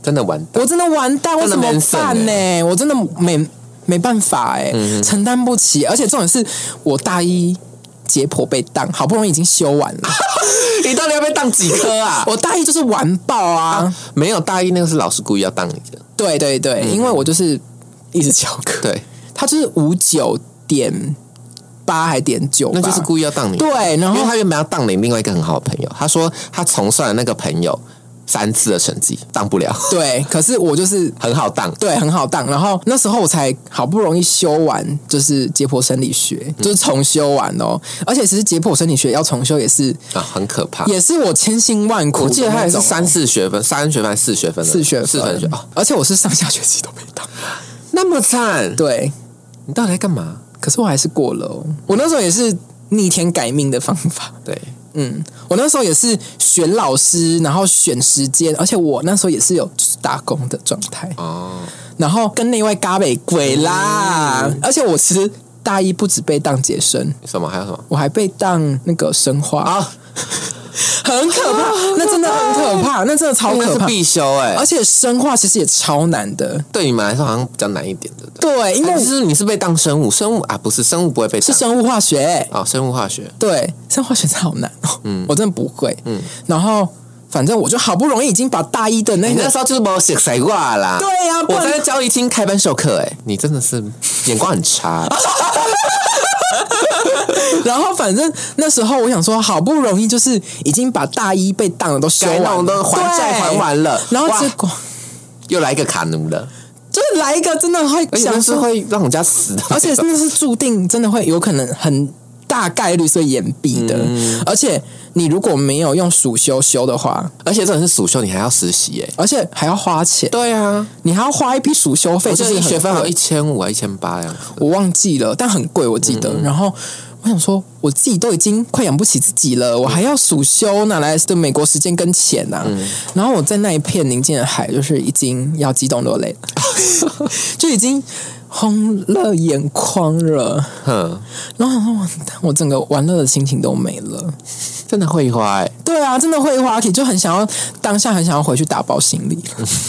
Speaker 1: 真的完蛋。
Speaker 2: 我真的完蛋，我
Speaker 1: 真的欸
Speaker 2: 怎么
Speaker 1: Manson
Speaker 2: 办呢、我真的没没办法哎、
Speaker 1: 嗯
Speaker 2: 承担不起。而且重点是我大一解剖被当，好不容易已经修完了，
Speaker 1: [laughs] 你到底要被当几颗 [laughs] 啊？
Speaker 2: 我大一就是完爆啊！
Speaker 1: 没有大一那个是老师故意要当你的，
Speaker 2: 对对对，
Speaker 1: 嗯
Speaker 2: 因为我就是一直翘课，
Speaker 1: 对，
Speaker 2: 他就是五九点八还点九吧，
Speaker 1: 那就是故意要当你的。
Speaker 2: 对，然
Speaker 1: 因为
Speaker 2: 后
Speaker 1: 他原本要当你另外一个很好的朋友，他说他重算了那个朋友三次的成绩，当不了， [laughs]
Speaker 2: 对，可是我就是
Speaker 1: 很好当。
Speaker 2: 对，很好当。然后那时候我才好不容易修完，就是解剖生理学，
Speaker 1: 嗯
Speaker 2: 就是重修完哦。而且其实解剖生理学要重修也是，
Speaker 1: 啊，很可怕。
Speaker 2: 也是我千辛万苦。
Speaker 1: 我记得他也是三四学分，三学分、四学分的、
Speaker 2: 四学分
Speaker 1: 四分学哦，
Speaker 2: 而且我是上下学期都没当。
Speaker 1: 那么惨，
Speaker 2: 对，
Speaker 1: 你到底在干嘛？
Speaker 2: 可是我还是过了、哦。我那时候也是逆天改命的方法。
Speaker 1: 对，
Speaker 2: 嗯，我那时候也是选老师，然后选时间，而且我那时候也是有就是打工的状态。
Speaker 1: 哦，
Speaker 2: 然后跟那位嘎北鬼啦，而且我其实大一不止被当解生，
Speaker 1: 什么还有什么？
Speaker 2: 我还被当那个生化啊，
Speaker 1: 啊，
Speaker 2: 很可怕，那真的很可怕，那真的超
Speaker 1: 那
Speaker 2: 可
Speaker 1: 个是
Speaker 2: 怕。
Speaker 1: 必修哎、
Speaker 2: 而且生化其实也超难的，
Speaker 1: 对你们来说好像比较难一点，对不对？
Speaker 2: 对，因为
Speaker 1: 但是你是被当生物，生物啊，不是生物不会被
Speaker 2: 是
Speaker 1: 当
Speaker 2: 生物化学，
Speaker 1: 哦，生物化学
Speaker 2: 对，生物化学真的好难哦，我真的不会，嗯，然后反正我就好不容易已经把大一的那
Speaker 1: 你
Speaker 2: 个
Speaker 1: 哎那啊时候就是没有写谁挂啦。
Speaker 2: 对呀不
Speaker 1: 我
Speaker 2: 然
Speaker 1: 在教育厅开班授课，哎，你真的是眼光很 [laughs] 差。
Speaker 2: 然后反正那时候我想说，好不容易就是已经把大一被当的都修
Speaker 1: 该
Speaker 2: 完
Speaker 1: 弄
Speaker 2: 了，
Speaker 1: 都还债
Speaker 2: 对
Speaker 1: 还完了，
Speaker 2: 然后
Speaker 1: 哇
Speaker 2: 结果
Speaker 1: 又来一个卡奴了，
Speaker 2: 就是来一个真的会
Speaker 1: 而且那
Speaker 2: 想
Speaker 1: 是
Speaker 2: 说，
Speaker 1: [laughs] 会让人家死的那种，
Speaker 2: 而且真的是注定真的会有可能很大概率是会延毕的，
Speaker 1: 嗯
Speaker 2: 而且你如果没有用暑修修的话，
Speaker 1: [laughs] 而且这种是暑修，你还要实习哎。
Speaker 2: 而且还要花钱，
Speaker 1: 对啊，
Speaker 2: 你还要花一批暑修费，
Speaker 1: 我
Speaker 2: 就是
Speaker 1: 记得你
Speaker 2: 很
Speaker 1: 学分好像
Speaker 2: 贵
Speaker 1: 一千五啊，一千八呀。
Speaker 2: 我忘记了，但很贵，我记得。然后我想说，我自己都已经快养不起自己了，我还要暑修，哪来的美国时间跟钱呐、啊？然后我在那一片宁静的海，就是已经要激动落泪了， [laughs] 就已经红了眼眶了。
Speaker 1: 哼，
Speaker 2: 然后我想说我我整个玩乐的心情都没了。
Speaker 1: 真的会花哎、
Speaker 2: 对啊，真的会花题，就很想要当下很想要回去打包行李，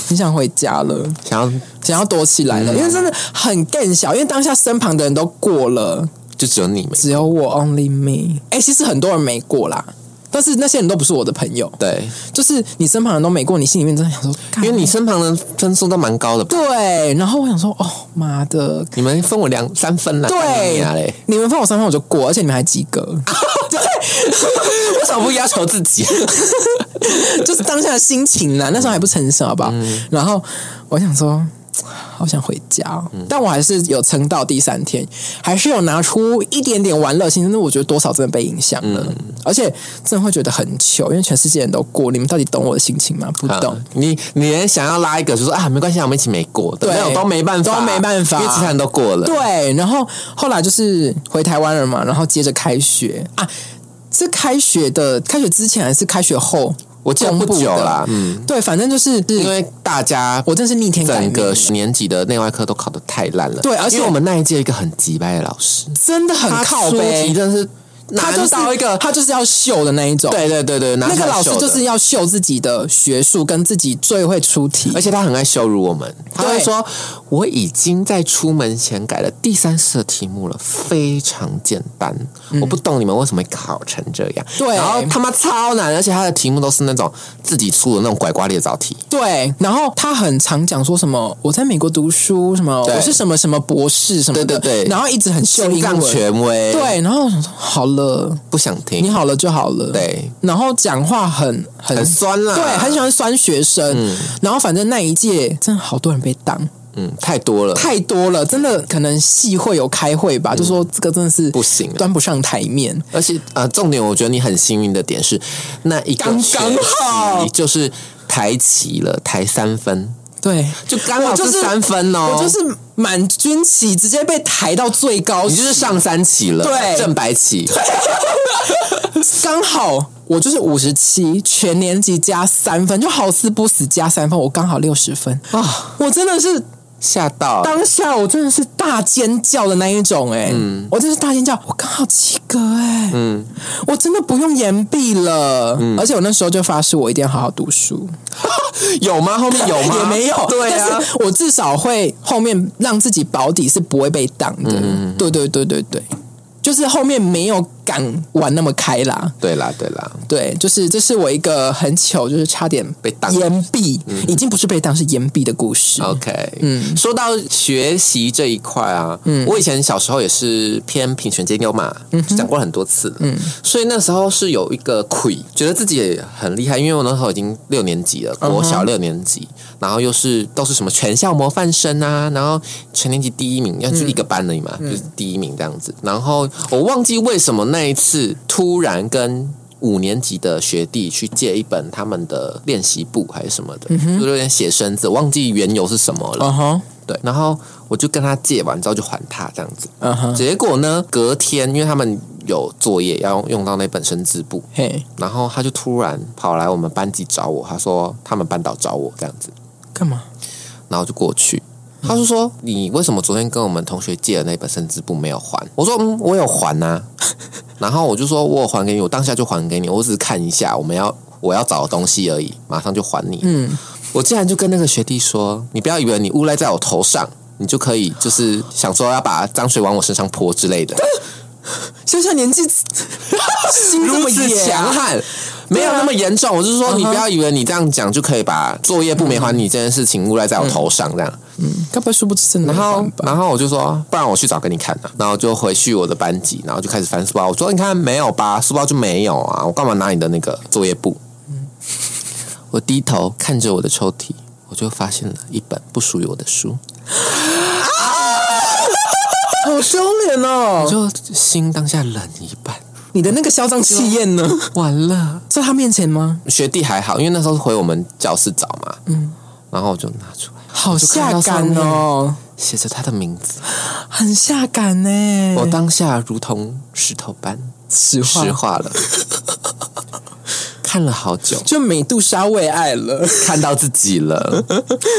Speaker 2: 很想回家了。
Speaker 1: 想要
Speaker 2: 想要躲起来了，因为真的很更小，因为当下身旁的人都过了，
Speaker 1: 就只有你没
Speaker 2: 只有我 only me。哎、其实很多人没过啦，但是那些人都不是我的朋友，
Speaker 1: 对，
Speaker 2: 就是你身旁人都没过，你心里面真的想说，干
Speaker 1: 因为你身旁的分数都蛮高的吧，
Speaker 2: 对，然后我想说，哦妈的，
Speaker 1: 你们分我两三分啦，干你
Speaker 2: 对
Speaker 1: 娘嘞，，
Speaker 2: 你们放我三分我就过，而且你们还及格，
Speaker 1: [laughs]
Speaker 2: [laughs]
Speaker 1: 为什么不要求自 [laughs] 己？
Speaker 2: 就是当下的心情啦，那时候还不成熟，好不好？
Speaker 1: 嗯
Speaker 2: 然后我想说。好想回家哦、
Speaker 1: 嗯
Speaker 2: 但我还是有撑到第三天，还是有拿出一点点玩乐心，但是我觉得多少真的被影响了，
Speaker 1: 嗯
Speaker 2: 而且真的会觉得很糗，因为全世界人都过，你们到底懂我的心情吗？不懂。
Speaker 1: 啊你你连想要拉一个就说啊没关系啊，我们一起没过的
Speaker 2: 对
Speaker 1: 那种都没办法，
Speaker 2: 都没办法
Speaker 1: 因为其他人都过了，
Speaker 2: 对，然后后来就是回台湾了嘛，然后接着开学啊，是开学的，开学之前还是开学后？
Speaker 1: 我记得不久啦，嗯，
Speaker 2: 嗯，对，反正就是
Speaker 1: 因为大家
Speaker 2: 我真是逆天改
Speaker 1: 整
Speaker 2: 命，
Speaker 1: 个年级的内外科都考得太烂了，
Speaker 2: 对而且
Speaker 1: 因为我们那一届有一个很急掰的老师，
Speaker 2: 真的很靠
Speaker 1: 出题
Speaker 2: 背。
Speaker 1: 真的是
Speaker 2: 他
Speaker 1: 难
Speaker 2: 就是
Speaker 1: 到一个，
Speaker 2: 他就是要秀的那一种。，
Speaker 1: 对对对对，那
Speaker 2: 那个老师就是要秀自己的学术，跟自己最会出题
Speaker 1: 而。且他很爱羞辱我们，他会说：“我已经在出门前改了第三次的题目了，非常简单，我不懂你们为什么会考成这样。”
Speaker 2: 嗯对
Speaker 1: 然后他妈超难，而且他的题目都是那种自己出的那种拐瓜裂枣题。
Speaker 2: 对，然后他很常讲说什么我在美国读书，什么
Speaker 1: 对
Speaker 2: 我是什么什么博士什么的，
Speaker 1: 对对对
Speaker 2: 然后一直很秀
Speaker 1: 心
Speaker 2: 英
Speaker 1: 脏
Speaker 2: 文。
Speaker 1: 权威，，
Speaker 2: 对，然后我想说好了，
Speaker 1: 不想
Speaker 2: 你
Speaker 1: 听，
Speaker 2: 好了就好了。，
Speaker 1: 对，
Speaker 2: 然后讲话很很
Speaker 1: 很酸啊啦，
Speaker 2: 对，很喜欢酸学生。然后反正那一届真的好多人被当，
Speaker 1: 嗯，太多了，
Speaker 2: 太多了，真的可能系会有开会吧，就说这个真的是
Speaker 1: 嗯不行了。
Speaker 2: 端不上台面。
Speaker 1: 而且呃，重点我觉得你很幸运的点是，那一个
Speaker 2: 刚
Speaker 1: 学
Speaker 2: 刚好
Speaker 1: 期就是抬齐了，抬三分，
Speaker 2: 对，
Speaker 1: 就刚好
Speaker 2: 我就是
Speaker 1: 是三分哦，
Speaker 2: 我就是满军旗直接被抬到最高，
Speaker 1: 你就是上三期了，
Speaker 2: 对
Speaker 1: 正白旗，
Speaker 2: 刚好我就是五十七，全年级加三分，就好死不死加三分，我刚好六十分
Speaker 1: 啊
Speaker 2: 啊！我真的是
Speaker 1: 吓到，
Speaker 2: 当下我真的是大尖叫的那一种、哎，我真是大尖叫，我刚好及格、哎，
Speaker 1: 嗯，
Speaker 2: 我真的不用延毕了，而且我那时候就发誓我一定要好好读书，
Speaker 1: 有吗？后面有吗？
Speaker 2: [laughs] 也没有，
Speaker 1: 对啊
Speaker 2: 但，是我至少会后面让自己保底是不会被挡的，
Speaker 1: 嗯
Speaker 2: 对对对对对，就是后面没有敢玩那么开啦，
Speaker 1: 对啦，对啦，
Speaker 2: 对，就是这是我一个很糗，就是差点
Speaker 1: 被当
Speaker 2: 淹毙，已经不是被当是淹毙的故事，
Speaker 1: OK，嗯，说到学习这一块啊，嗯，我以前小时候也是偏品学兼优嘛，嗯，讲过很多次了，嗯，所以那时候是有一个愧，觉得自己也很厉害，因为我那时候已经六年级了，国小六年级，然后又是都是什么全校模范生啊，然后全年级第一名，要去一个班而已嘛，就是第一名这样子，然后我忘记为什么那一次突然跟五年级的学弟去借一本他们的练习簿还是什么的，就是有点写生字，忘记缘由是什么了。
Speaker 2: 嗯哼，
Speaker 1: 对，然后我就跟他借完之后就还他这样子。
Speaker 2: 嗯哼，
Speaker 1: 结果呢，隔天因为他们有作业要用用到那本生字簿，
Speaker 2: 嘿，
Speaker 1: 然后他就突然跑来我们班级找我，他说他们班导找我这样子，
Speaker 2: 干嘛？
Speaker 1: 然后就过去。他就说：“你为什么昨天跟我们同学借的那本生字簿没有还？”我说：“嗯，我有
Speaker 2: [laughs]
Speaker 1: 还呐、然后我就说：“我有还给你，我当下就还给你，我只是看一下我们要我要找的东西而已，马上就还你。”
Speaker 2: 嗯，
Speaker 1: 我竟然就跟那个学弟说：“你不要以为你诬赖在我头上，你就可以就是想说要把脏水往我身上泼之类的，
Speaker 2: 小小年纪，心这
Speaker 1: 如
Speaker 2: 么嗯
Speaker 1: 此
Speaker 2: 野
Speaker 1: 强
Speaker 2: 啊，
Speaker 1: 悍。”没有那么严重，我是说，你不要以为你这样讲就可以把作业不没还你这件事情诬赖在我头上这样。
Speaker 2: 该不会殊不知真的
Speaker 1: 然
Speaker 2: 没
Speaker 1: 后
Speaker 2: 玩，吧？
Speaker 1: 然后我就说，不然我去找给你看啊。然后就回去我的班级，然后就开始翻书包。我说，你看没有吧？书包就没有啊，我干嘛拿你的那个作业簿？我低头看着我的抽屉，我就发现了一本不属于我的书，
Speaker 2: 好丢脸
Speaker 1: 我
Speaker 2: 哦！
Speaker 1: 就心当下冷一半。
Speaker 2: 你的那个嚣张气焰呢？
Speaker 1: 完了，
Speaker 2: 在他面前吗？
Speaker 1: 学弟还好，因为那时候是回我们教室找嘛，嗯，然后我就拿出来，
Speaker 2: 好下哦
Speaker 1: 我就看
Speaker 2: 感
Speaker 1: 到上面
Speaker 2: 哦，
Speaker 1: 写着他的名字，
Speaker 2: 很下感呢、
Speaker 1: 我当下如同石头般
Speaker 2: 实话
Speaker 1: 石化了，看了好久。
Speaker 2: 就美杜莎为爱 [laughs] 了，
Speaker 1: 看到自己了，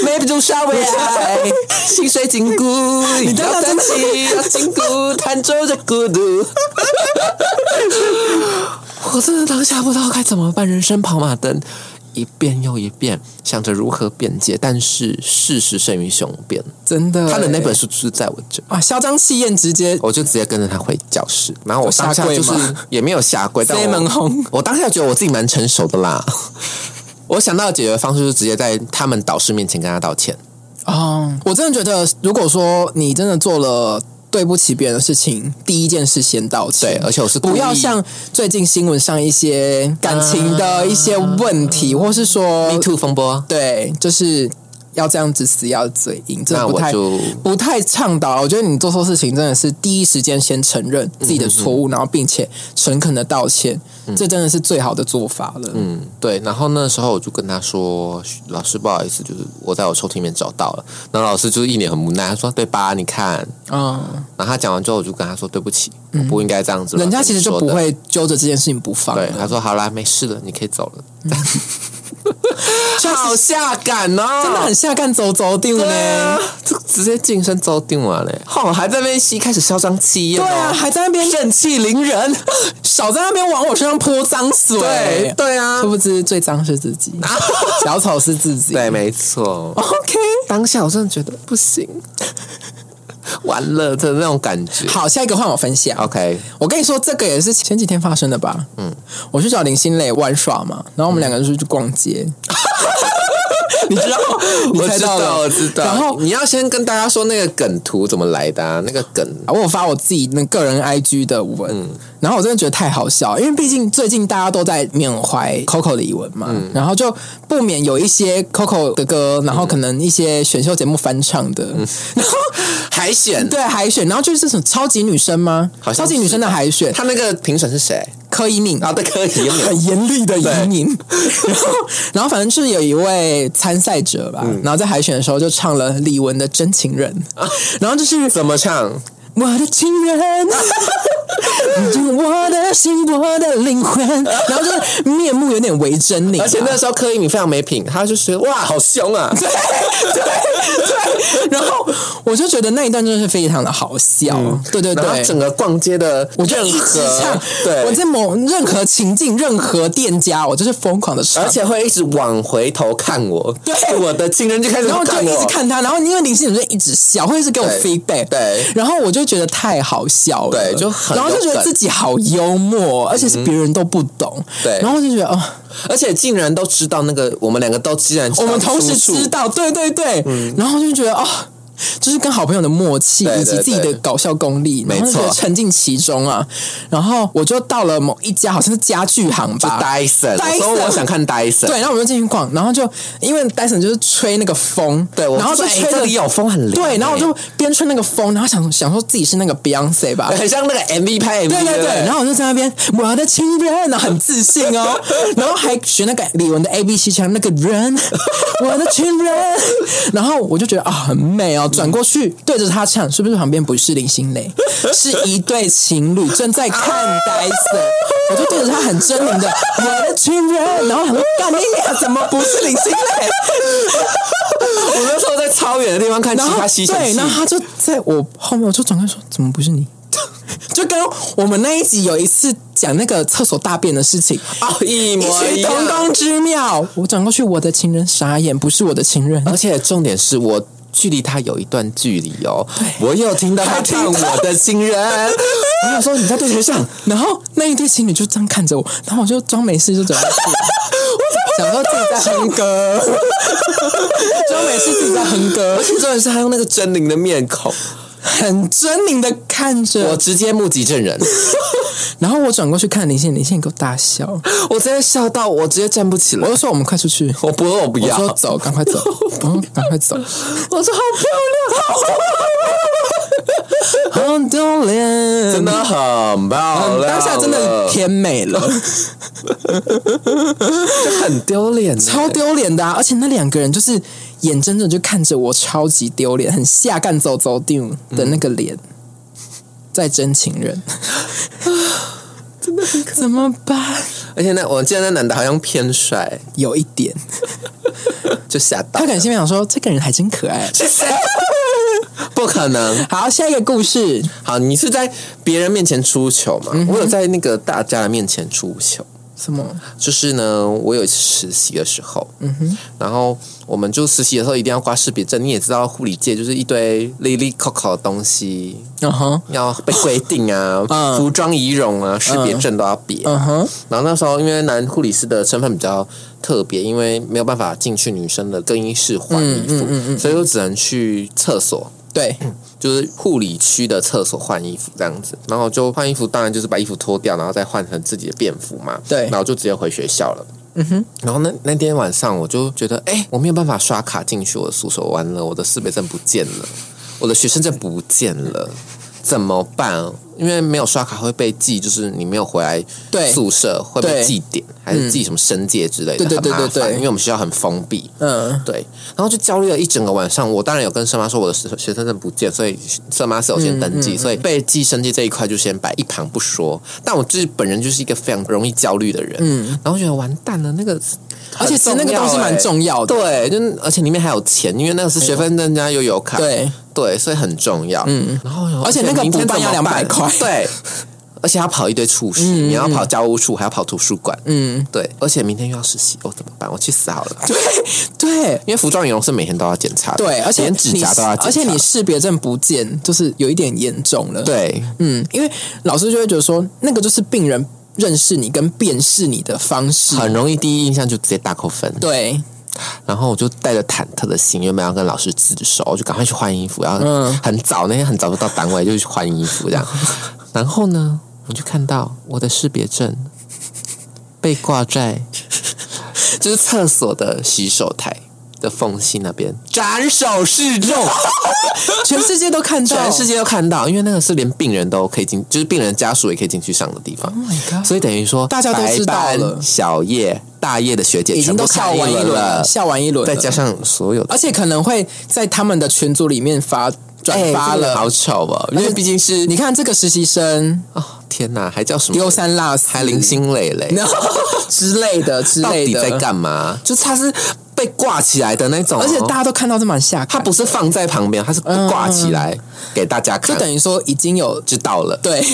Speaker 2: 美杜莎为 [laughs] 爱。
Speaker 1: 心碎禁锢，你
Speaker 2: 当
Speaker 1: 要
Speaker 2: 然
Speaker 1: 站起，啊要禁锢，弹奏着孤独。 [laughs] 我真的当下不知道该怎么办，人生跑马灯，一遍又一遍，想着如何辩解，但是事实胜于雄辩。
Speaker 2: 真的欸、
Speaker 1: 他的那本书就是在我这。
Speaker 2: 啊，嚣张气焰直接
Speaker 1: 我就直接跟着他回教室，然后我当下就
Speaker 2: 有
Speaker 1: 是
Speaker 2: 下跪吗
Speaker 1: 也没有下跪，但
Speaker 2: 塞门
Speaker 1: 我
Speaker 2: 红
Speaker 1: 我当下觉得我自己蛮成熟的啦。我想到的解决方式就是直接在他们导师面前跟他道歉。
Speaker 2: 哦！我真的觉得，如果说你真的做了对不起别人的事情，第一件事先道
Speaker 1: 对
Speaker 2: 歉，，
Speaker 1: 而且我是故意
Speaker 2: 不要像最近新闻上一些感情的一些问题，或是说
Speaker 1: Me Too 风波，
Speaker 2: 对，就是要这样子死要嘴硬，真
Speaker 1: 那
Speaker 2: 的不
Speaker 1: 我
Speaker 2: 太
Speaker 1: 就
Speaker 2: 不太倡导。我觉得你做错事情真的是第一时间先承认自己的错
Speaker 1: 嗯
Speaker 2: 误，然后并且诚恳的道歉，这真的是最好的做法了。
Speaker 1: 嗯对。然后那时候我就跟他说：“老师，不好意思，就是我在我抽屉里面找到了。”然后老师就是一脸很无奈，他说：“对吧？你看。
Speaker 2: 嗯，”
Speaker 1: 然后他讲完之后，我就跟他说：“对不起，我不应该这样子。”
Speaker 2: 人家其实就不
Speaker 1: 会。
Speaker 2: 会揪着这件事情不放
Speaker 1: 对，
Speaker 2: 的，
Speaker 1: 他说：“好啦，没事了，你可以走了。”嗯
Speaker 2: 就
Speaker 1: 好
Speaker 2: 是
Speaker 1: 下感哦，
Speaker 2: 真的很下干走走定
Speaker 1: 对
Speaker 2: 呢
Speaker 1: 啊。，就直接晋升招定完嘞。吼，还在那边一开始嚣张气焰、
Speaker 2: 对
Speaker 1: 哦，
Speaker 2: 啊，还在那边
Speaker 1: 正气凌人，
Speaker 2: [laughs] 少在那边往我身上泼脏水，
Speaker 1: 对对啊
Speaker 2: 殊，不知最脏是自
Speaker 1: [laughs]
Speaker 2: 己，小丑是自己。
Speaker 1: 对，没错。
Speaker 2: ，OK，
Speaker 1: 当下我真的觉得不行， [laughs] 完了的那种感觉。
Speaker 2: 好，下一个换我分享。
Speaker 1: OK，
Speaker 2: 我跟你说，这个也是前几天发生的吧？嗯，我去找林心蕾玩耍嘛，然后我们两个就是去逛
Speaker 1: [laughs]
Speaker 2: 街。你知道？你
Speaker 1: 我
Speaker 2: 猜
Speaker 1: 知
Speaker 2: 到
Speaker 1: 道，
Speaker 2: 了，
Speaker 1: 我知道。
Speaker 2: 然后
Speaker 1: 你要先跟大家说那个梗图怎么来的、啊，那个梗
Speaker 2: 啊我有发我自己那个人 IG 的文，
Speaker 1: 嗯
Speaker 2: 然后我真的觉得太好笑，因为毕竟最近大家都在缅怀 Coco 的遗文嘛，
Speaker 1: 嗯
Speaker 2: 然后就不免有一些 Coco 的歌，然后可能一些选秀节目翻唱的，
Speaker 1: 嗯
Speaker 2: [laughs] 然后
Speaker 1: 海选，
Speaker 2: 对海选，然后就是这种超级女生吗？
Speaker 1: 好像
Speaker 2: 超级女生的海选，
Speaker 1: 他那个评审是谁？
Speaker 2: 柯以敏
Speaker 1: 啊，对，柯以 [laughs] 敏。
Speaker 2: 很严厉的移民。 [laughs] 然后，然后反正就是有一位参赛
Speaker 1: 嗯啊
Speaker 2: 者吧，然后在海选的时候就唱了李玟的《真情人》，然后就是
Speaker 1: 怎么唱？
Speaker 2: 我的情人，你就是我的心，我的灵
Speaker 1: [laughs]
Speaker 2: 魂，然后就是面目有点微狰狞啊，
Speaker 1: 而且那时候柯以敏非常没品，他就觉得哇，好凶啊！
Speaker 2: [laughs] 然后我就觉得那一段真的是非常的好笑，对对
Speaker 1: 嗯然后
Speaker 2: 对，
Speaker 1: 整个逛街的
Speaker 2: 我就
Speaker 1: 任
Speaker 2: 一直
Speaker 1: 何
Speaker 2: 唱，我
Speaker 1: 对，
Speaker 2: 在某任何情境、任何店家，我就是疯狂的唱
Speaker 1: 而，且会一直往回头看我，
Speaker 2: 对
Speaker 1: 我的情人就开始
Speaker 2: 然后就
Speaker 1: 看
Speaker 2: 一直
Speaker 1: 我，
Speaker 2: 看他，然后因为林心如就一直笑，或者是给我
Speaker 1: 对
Speaker 2: feedback，
Speaker 1: 对
Speaker 2: 然后我就觉得太好笑了，
Speaker 1: 对就很
Speaker 2: 然后就觉得
Speaker 1: 有梗嗯
Speaker 2: 自己好幽默，而且是别人都不懂，
Speaker 1: 对
Speaker 2: 然后就觉得哦，
Speaker 1: 而且竟然都知道那个，我们两个都竟然知
Speaker 2: 我
Speaker 1: 道
Speaker 2: 们同时
Speaker 1: 出处嗯
Speaker 2: 知道，对对对，然后就觉得哦。就是跟好朋友的默契，
Speaker 1: 对
Speaker 2: 以及
Speaker 1: 对
Speaker 2: 自己的
Speaker 1: 对
Speaker 2: 搞笑功力，
Speaker 1: 没
Speaker 2: 然后就觉得
Speaker 1: 错
Speaker 2: 沉浸其中啊。然后我就到了某一家，好像是家具行
Speaker 1: 就
Speaker 2: 吧，
Speaker 1: Dyson，
Speaker 2: Dyson
Speaker 1: 我说我想看 Dyson，
Speaker 2: 对，然后我们就进去逛，然后就因为 Dyson 就是吹那个风，
Speaker 1: 对，我
Speaker 2: 然后
Speaker 1: 说
Speaker 2: 就
Speaker 1: 哎
Speaker 2: 吹
Speaker 1: 这
Speaker 2: 着
Speaker 1: 里有风很凉，
Speaker 2: 对，然后我
Speaker 1: 哎
Speaker 2: 就边吹那个风，然后想想说自己是那个 Beyonce 吧。
Speaker 1: 很像那个 MV 拍 MV，
Speaker 2: 对对
Speaker 1: 不
Speaker 2: 对，然后我就在那边，我的情人，然后很自信哦， [laughs] 然后还学那个李玟的 A B C 腔那个人， [laughs] 我的情人，然后我就觉得啊、很美哦，转过去对着他唱，是不是旁边不是林心蕾，是一对情侣正在看 [laughs] Dyson，我就对着他很狰狞的我的情人，然后很干你俩怎么不是林心蕾？
Speaker 1: 我那时候在超远的地方看其
Speaker 2: 然后
Speaker 1: 他西城
Speaker 2: 对，
Speaker 1: 戏
Speaker 2: 然后他就在我后面，我就转过去说：“怎么不是你？” [laughs] 就跟我们那一集有一次讲那个厕所大便的事情，
Speaker 1: 哦，一
Speaker 2: 异
Speaker 1: 模一
Speaker 2: 曲
Speaker 1: 样。
Speaker 2: 同工之妙。我转过去，我的情人傻眼，不是我的情人。
Speaker 1: 而且重点是我距离他有一段距离哦，我有听到他
Speaker 2: 还听
Speaker 1: 唱
Speaker 2: 到
Speaker 1: 我的
Speaker 2: [laughs]
Speaker 1: 情人，我想说你在对学上，
Speaker 2: 然后那一对情侣就这样看着我，然后我就装没事就走过
Speaker 1: [laughs]
Speaker 2: 去，想说自己在哼歌， [laughs] 装没事自己在哼歌
Speaker 1: 而，且重点是他用那个狰狞的面孔，
Speaker 2: 很狰狞的看
Speaker 1: 我
Speaker 2: 着。
Speaker 1: 直接目击
Speaker 2: [laughs]
Speaker 1: 证人，
Speaker 2: 然后我转过去看林信，林信给我大
Speaker 1: [laughs]
Speaker 2: 笑，
Speaker 1: 我直接笑到我直接站不起
Speaker 2: 我
Speaker 1: 来，
Speaker 2: 就说我们快出去。
Speaker 1: 我不我不
Speaker 2: 我
Speaker 1: 要，
Speaker 2: 说走，赶快
Speaker 1: [laughs]
Speaker 2: 走，然后赶快走，
Speaker 1: 我说好
Speaker 2: 好丢脸，
Speaker 1: 漂亮，真的很漂亮，
Speaker 2: 嗯当下真的甜美了，
Speaker 1: 很丢脸，欸
Speaker 2: 超丢脸的、啊。而且那两个人就是眼睁睁就看着我，超级丢脸，很下干走走丢的那个脸，
Speaker 1: 嗯
Speaker 2: 在真情
Speaker 1: [laughs]
Speaker 2: 人，真的怎么办？
Speaker 1: 而且那我记得那男的好像偏帅，
Speaker 2: 有一点，
Speaker 1: 就吓到
Speaker 2: 他可，能心里想说，这个人还真可
Speaker 1: [laughs]
Speaker 2: 爱。
Speaker 1: 谢谢不可能。
Speaker 2: 好，下一个故事，
Speaker 1: 好，你是在别人面前出糗嘛？
Speaker 2: 嗯
Speaker 1: 我有在那个大家的面前出糗，
Speaker 2: 什么？
Speaker 1: 就是呢，我有一次实习的时候，嗯哼，然后我们就实习的时候一定要挂识别证，你也知道护理界就是一堆 lily coco 的东西
Speaker 2: 嗯哼，
Speaker 1: 要被规定啊，
Speaker 2: 嗯
Speaker 1: 服装仪容啊，识别证都要别。
Speaker 2: 嗯哼，
Speaker 1: 然后那时候因为男护理师的身份比较特别，因为没有办法进去女生的更衣室换衣
Speaker 2: 嗯
Speaker 1: 服，所以就只能去厕所。
Speaker 2: 对，
Speaker 1: 就是护理区的厕所换衣服这样子，然后就换衣服，当然就是把衣服脱掉，然后再换成自己的便服嘛。
Speaker 2: 对
Speaker 1: 然后就直接回学校了。嗯哼，然后那那天晚上我就觉得，哎、我没有办法刷卡进去我的宿舍，完了，我的识别证不见了，我的学生证不见了，怎么办？因为没有刷卡会被记，就是你没有回来
Speaker 2: 对
Speaker 1: 宿舍会被
Speaker 2: 对
Speaker 1: 记点，还是记什么申诫之类的，
Speaker 2: 对对对
Speaker 1: 很麻
Speaker 2: 对对
Speaker 1: 烦
Speaker 2: 对
Speaker 1: 因为我们学校很封闭，
Speaker 2: 嗯，
Speaker 1: 对，然后就焦虑了一整个晚上。我当然有跟社妈说我的学学生证不见，所以社妈是有先登
Speaker 2: 嗯
Speaker 1: 记，所以被寄生记这一块就先摆一旁不说。但我自己本人就是一个非常容易焦虑的人，嗯，然后觉得完蛋了，那个
Speaker 2: 而
Speaker 1: 很
Speaker 2: 且
Speaker 1: 重要欸、欸
Speaker 2: 其实那个东西蛮重要的，
Speaker 1: 对，就而且里面还有钱，因为那个是学分证加悠游卡，
Speaker 2: 对
Speaker 1: 对，所以很重要。嗯，然后有
Speaker 2: 而且那个
Speaker 1: 明天
Speaker 2: 补办要
Speaker 1: 怎么办
Speaker 2: 200块
Speaker 1: 对， [laughs] 而且要跑一堆处室，你要跑教务处，还要跑图书馆，
Speaker 2: [laughs] 嗯，
Speaker 1: 对，而且明天又要实习，我、哦怎么办？我去死好了。
Speaker 2: 对对，
Speaker 1: 因为服装仪容是每天都要检查的，
Speaker 2: 对，而且
Speaker 1: 连指
Speaker 2: 你
Speaker 1: 甲都要检查，
Speaker 2: 而且你识别证不见，就是有一点严重了。，
Speaker 1: 对
Speaker 2: 嗯，因为老师就会觉得说，那个就是病人认识你跟辨识你的方式。
Speaker 1: 很容易第一印象就直接大扣分。
Speaker 2: 对，
Speaker 1: 然后我就带着忐忑的心，原本要跟老师自首，我就赶快去换衣服，然后
Speaker 2: 嗯
Speaker 1: 很早那天很早就到单位就去换衣
Speaker 2: [laughs]
Speaker 1: 服这样。然后呢，我就看到我的识别证被挂在就是厕所的洗手台的缝隙那边，
Speaker 2: 斩首示众， [laughs] 全世界都看到，
Speaker 1: 全世界都看到，因为那个是连病人都可以进，就是病人家属也可以进去上的地方。
Speaker 2: Oh my god！
Speaker 1: 所以等于说，
Speaker 2: 大家都知道了
Speaker 1: 小叶、大叶的学姐
Speaker 2: 已经
Speaker 1: 全部
Speaker 2: 都笑
Speaker 1: 看
Speaker 2: 完一轮
Speaker 1: 轮
Speaker 2: 了，笑完一轮了，
Speaker 1: 再加上所有的
Speaker 2: 而且可能会在他们的群组里面发。转发
Speaker 1: 哎哎这个
Speaker 2: 了。
Speaker 1: 好丑哦！因为毕竟是
Speaker 2: 你看这个实习生
Speaker 1: 哦，天哪，还叫什么
Speaker 2: 丢三落四，
Speaker 1: 还零星累累，
Speaker 2: 然后 [laughs] 之类的之
Speaker 1: 到
Speaker 2: 类
Speaker 1: 底
Speaker 2: 的，
Speaker 1: 在干嘛？就是他是被挂起来的那种哦，
Speaker 2: 而且大家都看到这蛮下感，
Speaker 1: 他不是放在旁边，他是挂起来给大家
Speaker 2: 就
Speaker 1: 看，
Speaker 2: 等于说已经有
Speaker 1: 知道了。
Speaker 2: 对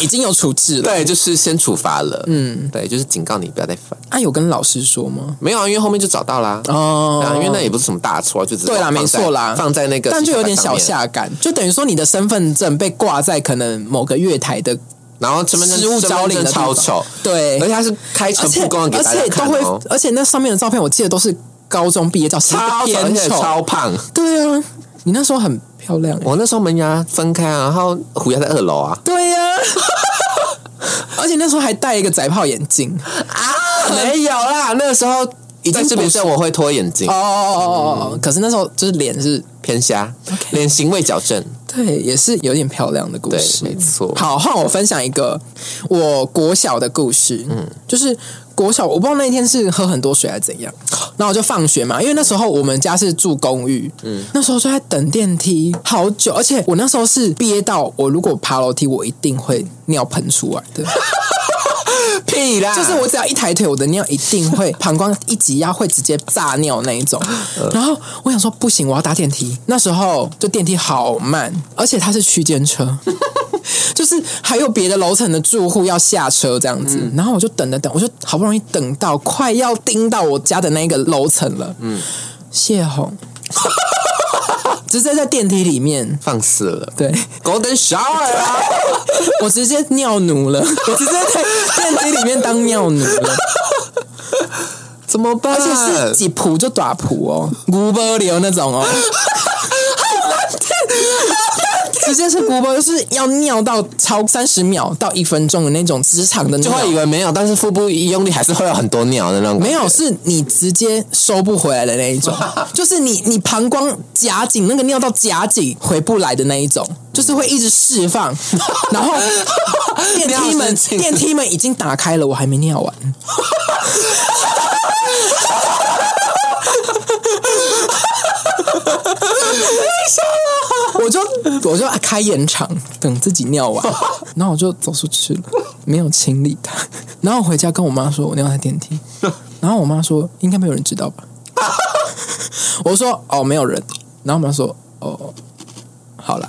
Speaker 2: 已经有处置了。
Speaker 1: 对，就是先处罚了，嗯，对，就是警告你不要再犯。
Speaker 2: 啊，有跟老师说吗？
Speaker 1: 没有啊，因为后面就找到啦，
Speaker 2: 哦
Speaker 1: 啊，因为那也不是什么大错，就只是
Speaker 2: 对啦
Speaker 1: 放在
Speaker 2: 没错啦
Speaker 1: 放在那个，
Speaker 2: 但就有点小，下感，就等于说你的身份证被挂在可能某个月台的
Speaker 1: 然后身份证
Speaker 2: 失物招领
Speaker 1: 身
Speaker 2: 的
Speaker 1: 份
Speaker 2: 地方
Speaker 1: 证超丑，
Speaker 2: 对，
Speaker 1: 而且他是开
Speaker 2: 而
Speaker 1: 诚
Speaker 2: 且
Speaker 1: 布公的给
Speaker 2: 而
Speaker 1: 大家
Speaker 2: 且都
Speaker 1: 看
Speaker 2: 会
Speaker 1: 哦，，
Speaker 2: 而且那上面的照片我记得都是高中毕业照，
Speaker 1: 超丑，而哎
Speaker 2: 偏
Speaker 1: 且
Speaker 2: 丑。
Speaker 1: 超胖。
Speaker 2: 对啊，你那时候很漂亮、欸。
Speaker 1: 我那时候门牙分开啊，然后虎牙在二楼啊，
Speaker 2: 对呀、 [laughs] 而且那时候还戴一个窄炮眼镜。
Speaker 1: 没有啦，那个时候已经不是我会脱眼镜
Speaker 2: 哦，哦哦哦哦！可是那时候就是脸是，
Speaker 1: 偏瞎，脸型未矫正，
Speaker 2: 对，也是有点漂亮的故
Speaker 1: 对，
Speaker 2: 事。
Speaker 1: 没错。
Speaker 2: 好，换我分享一个我国小的故事。嗯，就是国小，我不知道那一天是喝很多水还是怎样，然后我就放学嘛，因为那时候我们家是住公寓，嗯，那时候就在等电梯好久，而且我那时候是憋到我如果爬楼梯，我一定会尿喷出来的，
Speaker 1: [laughs] 屁啦，
Speaker 2: 就是我只要一抬腿，我的尿一定会膀胱一挤压会直接炸尿那一种。然后我想说不行，我要搭电梯。那时候就电梯好慢，而且它是区间车。就是还有别的楼层的住户要下车这样子，然后我就等等等，我就好不容易等到快要盯到我家的那个楼层了，嗯，泄洪， [laughs] 直接在电梯里面，
Speaker 1: 放肆了
Speaker 2: 对
Speaker 1: ，Golden Shower 啊，
Speaker 2: 我直接尿奴了，我直接在电梯里面当尿奴了，
Speaker 1: [laughs] 怎么办？
Speaker 2: 而且是几扑就打扑哦，古波流那种哦。直接是古波，就是要尿到超三十秒到一分钟的那种职场的尿，
Speaker 1: 就会以为没有，但是腹部一用力还是会有很多尿的那种。
Speaker 2: 没有，是你直接收不回来的那一 [laughs] 种，就是你你膀胱夹紧，那个尿到夹紧回不来的那一种，就是会一直释放，然 [laughs] 后电梯
Speaker 1: 尿
Speaker 2: 门
Speaker 1: 失禁
Speaker 2: 电梯门已经打开了，我还没尿完。我就我就开延长，等自己尿完，然后我就走出去了，没有清理它。然后我回家跟我妈说，我尿在电梯，然后我妈说应该没有人知道吧？我说哦，没有人。然后我妈说哦，好啦。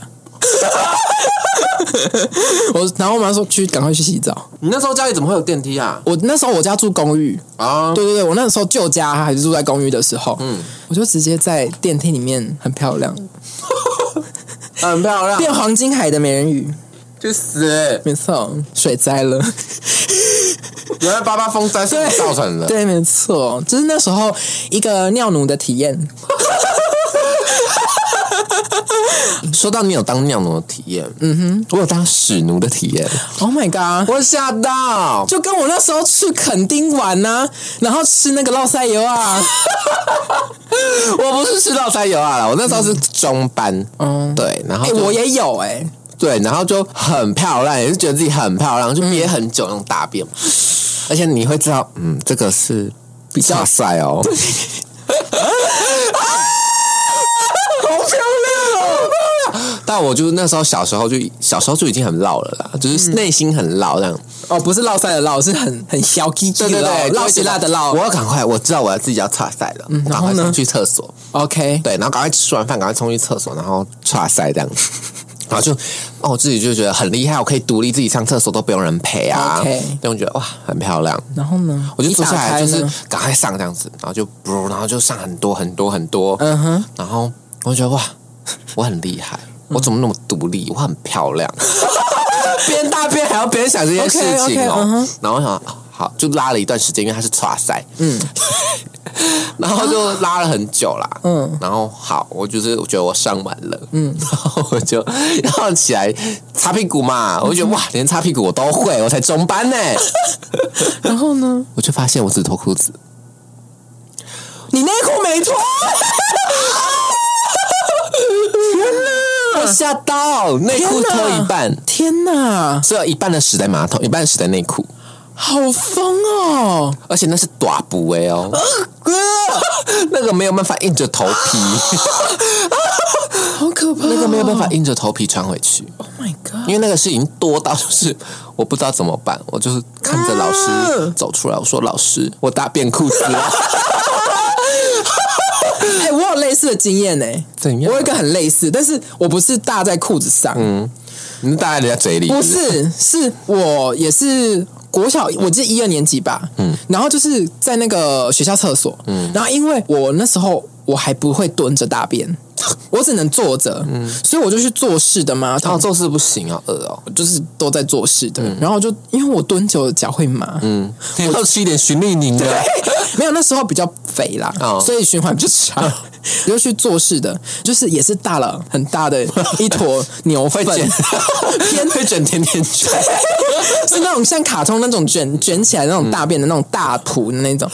Speaker 2: 我然后我妈说去赶快去洗澡。
Speaker 1: 你那时候家里怎么会有电梯啊？
Speaker 2: 我那时候我家住公寓，
Speaker 1: 啊，
Speaker 2: 对对对，我那时候旧家还是住在公寓的时候，嗯，我就直接在电梯里面很漂亮，
Speaker 1: 啊很漂亮，
Speaker 2: 变黄金海的美人鱼，
Speaker 1: [laughs] 去死！欸
Speaker 2: 没错，水灾
Speaker 1: [laughs]
Speaker 2: 了。
Speaker 1: 原来八八风灾是你造成的。
Speaker 2: 对，没错，就是那时候一个尿奴的体验。
Speaker 1: 说到你有当尿奴的体验，嗯哼，我有当屎奴的体验，
Speaker 2: Oh my god！
Speaker 1: 我吓到。
Speaker 2: 就跟我那时候去垦丁玩呐、然后吃那个烙塞油
Speaker 1: [laughs]
Speaker 2: 啊，
Speaker 1: 我不是吃到才有啊，我那时候是中班，
Speaker 2: 嗯
Speaker 1: 嗯，对，然后
Speaker 2: 哎、
Speaker 1: 就
Speaker 2: 我也有哎、
Speaker 1: 对，然后就很漂亮，也是觉得自己很漂亮，就憋很久那种大便嘛，而且你会知道，嗯，这个是比较帅哦， [laughs] 好漂亮哦！但我就那时候小时候就小时候就已经很老了啦，就是内心很老这样。
Speaker 2: 哦，不是烙塞的烙，是很很小鸡鸡的
Speaker 1: 对对
Speaker 2: 烙，
Speaker 1: 对，
Speaker 2: 烙
Speaker 1: 起
Speaker 2: 希腊的烙。
Speaker 1: 我要赶快，我知道我要自己要擦塞了，嗯
Speaker 2: 然
Speaker 1: 赶
Speaker 2: 后
Speaker 1: 快
Speaker 2: 呢
Speaker 1: 上去厕所。
Speaker 2: OK，
Speaker 1: 对，然后赶快吃完饭，赶快冲去厕所，然后唰塞这样子，然后就哦，我自己就觉得很厉害，我可以独立自己上厕所都不用人陪啊
Speaker 2: OK
Speaker 1: 对，我觉得哇，很漂亮。
Speaker 2: 然后呢？
Speaker 1: 我就坐下来，就
Speaker 2: 你打
Speaker 1: 是
Speaker 2: 开呢
Speaker 1: 赶快上这样子，然后就不，然后就上很多很多很多，
Speaker 2: 嗯哼，
Speaker 1: 然后我就觉得哇，我很厉害，
Speaker 2: 嗯
Speaker 1: 我怎么那么独立，我很漂亮， [laughs] 边大便还要边想这件事
Speaker 2: OK，OK，
Speaker 1: 情
Speaker 2: 嗯
Speaker 1: 哦
Speaker 2: 哼。
Speaker 1: 然后我想哦好，就拉了一段时间，因为它是唰塞，
Speaker 2: 嗯，
Speaker 1: [laughs] 然后就拉了很久啦，
Speaker 2: 嗯
Speaker 1: 嗯，然后好，我就是我觉得我上完了，嗯，然后我就然后起来擦屁股嘛，
Speaker 2: 嗯
Speaker 1: 我就觉得哇，连擦屁股我都会，我才中班呢，
Speaker 2: [laughs] 然后呢？
Speaker 1: 我就发现我只脱裤子，
Speaker 2: 你内裤没脱，
Speaker 1: 我吓到，内
Speaker 2: 天
Speaker 1: 裤
Speaker 2: 哪
Speaker 1: 脱一半，
Speaker 2: [laughs] 天哪，
Speaker 1: 只有一半的屎在马桶，一半屎在内裤，
Speaker 2: 好疯哦！
Speaker 1: [laughs] 而且那是短布哎哦，
Speaker 2: 哥，
Speaker 1: 那个没有办法硬着头皮，
Speaker 2: 好可怕、
Speaker 1: 那个没有办法硬着头皮穿回去，
Speaker 2: Oh my god！
Speaker 1: 因为那个事情多到就是我不知道怎么办，我就是看着老师走出来，我说老师，我大便裤子啊了，
Speaker 2: 哎、我有类似的经验呢、
Speaker 1: [laughs]
Speaker 2: 欸
Speaker 1: 怎
Speaker 2: 我
Speaker 1: 样
Speaker 2: 有一？个很类似，但是我不是搭在裤子上，
Speaker 1: 你是搭在人家嘴里？
Speaker 2: 不，是，是我也是国小，我记得一二年级吧，嗯，然后就是在那个学校厕所，嗯，然后因为我那时候我还不会蹲着大便，我只能坐着，嗯，所以我就去坐式的马桶
Speaker 1: 哦，，做事不行啊，饿哦，
Speaker 2: 就是都在做事的，然后就因为我蹲久了脚会麻，
Speaker 1: 嗯，你要吃一点循利宁啊的，
Speaker 2: 没有那时候比较肥啦，
Speaker 1: 哦
Speaker 2: 所以循环比较差。 [laughs] 我就去做事的，就是也是大了很大的一
Speaker 1: [laughs]
Speaker 2: 坨牛粪，
Speaker 1: 会卷
Speaker 2: 偏
Speaker 1: 会整天天卷，
Speaker 2: [laughs] 是那种像卡通那种卷卷起来那种大便的那种大脯的那种。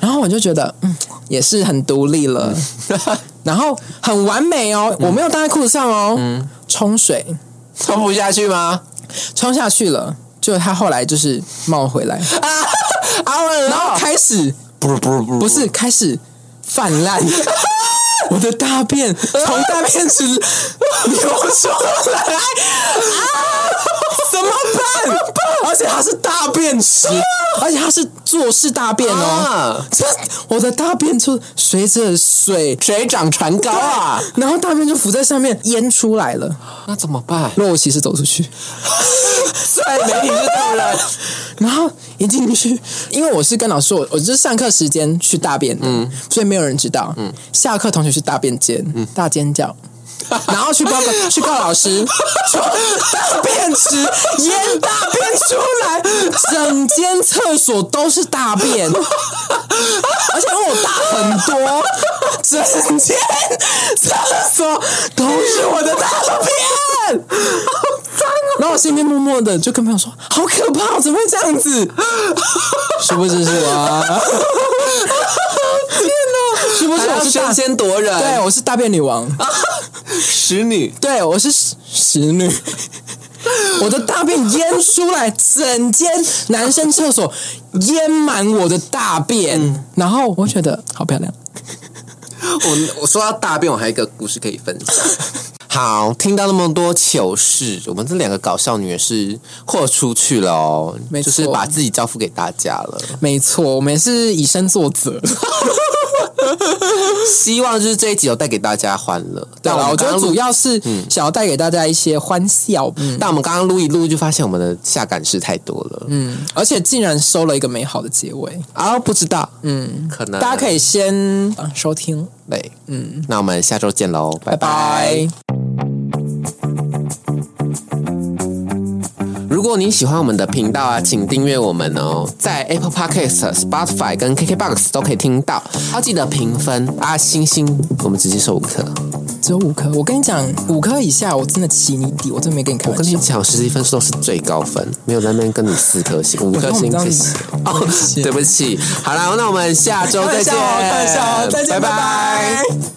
Speaker 2: 然后我就觉得，嗯，也是很独立了，
Speaker 1: 嗯
Speaker 2: [laughs] 然后很完美哦，我没有搭在裤子上哦，
Speaker 1: 嗯
Speaker 2: 冲水
Speaker 1: 冲不下去吗？
Speaker 2: 冲下去了，就它后来就是冒回来，
Speaker 1: 啊，
Speaker 2: 然后开始
Speaker 1: 不是不是不是
Speaker 2: 不是开始泛滥。我的大便从大便池流出来，啊，怎么办？而且它是大便池，而且哎它是坐式大便哦。
Speaker 1: 啊，
Speaker 2: 这我的大便就随着水
Speaker 1: 水涨船高啊，，
Speaker 2: 对然后大便就浮在上面淹出来了，
Speaker 1: 那怎么办？
Speaker 2: 若我其实走出去。
Speaker 1: 在媒体是当然，
Speaker 2: 然后一进去，因为我是跟老师说，我我就是上课时间去大便的，所以没有人知道。下课同学去大便间，大尖叫， [laughs] 然后去报告去告老师，说大便池淹大便出来，整间厕所都是大便，而且因为我大很多，整间厕所都是我的大便。然后我心里面默默的就跟朋友说：“好可怕哦，怎么会这样子？是不是是我啊？天哪！是不是我是大
Speaker 1: 身先夺人，
Speaker 2: 对，我是大便女王，
Speaker 1: 使女
Speaker 2: 对我是使女。我的大便淹出来，整间男生厕所淹满我的大便，然后我觉得好漂亮。
Speaker 1: 我我说到大便，我还有一个故事可以分 [laughs] 享。好，听到那么多糗事，我们这两个搞笑女人是豁出去了哦，
Speaker 2: 没
Speaker 1: 就
Speaker 2: 错
Speaker 1: 是把自己交付给大家了。 [laughs]
Speaker 2: 没错，我们是以身作则。
Speaker 1: 希望就是这一集有带给大家欢乐。
Speaker 2: 对
Speaker 1: 但
Speaker 2: 了，我
Speaker 1: 我们
Speaker 2: 觉得
Speaker 1: 刚刚
Speaker 2: 主
Speaker 1: 录，
Speaker 2: 要是想要带给大家一些欢笑。嗯
Speaker 1: 但我们刚刚录一录，就发现我们的下感事太多了。嗯，
Speaker 2: 嗯，而且竟然收了一个美好的结尾。
Speaker 1: 啊，不知道，嗯，可能
Speaker 2: 大家可
Speaker 1: 以
Speaker 2: 以先啊收听，
Speaker 1: 对，嗯，那我们下周见喽，拜
Speaker 2: 拜拜。
Speaker 1: 如果你喜欢我们的频道啊，请订阅我们哦，在 Apple Podcast、Spotify 跟 KKBox 都可以听到。要记得评分啊，星星，我们直接收五颗。
Speaker 2: 只有五颗，我跟你讲，五颗以下我真的起你底，我真没跟你开
Speaker 1: 我
Speaker 2: 玩
Speaker 1: 跟你
Speaker 2: 笑。
Speaker 1: 讲，实际分数都是最高分，没有在那边跟你四颗星、五颗星
Speaker 2: 我跟我
Speaker 1: 这
Speaker 2: 们这样
Speaker 1: 些。
Speaker 2: 子
Speaker 1: 哦，对不起。好啦，那我们下周再见，
Speaker 2: 开玩笑哦开玩笑哦再见，
Speaker 1: 拜
Speaker 2: 拜拜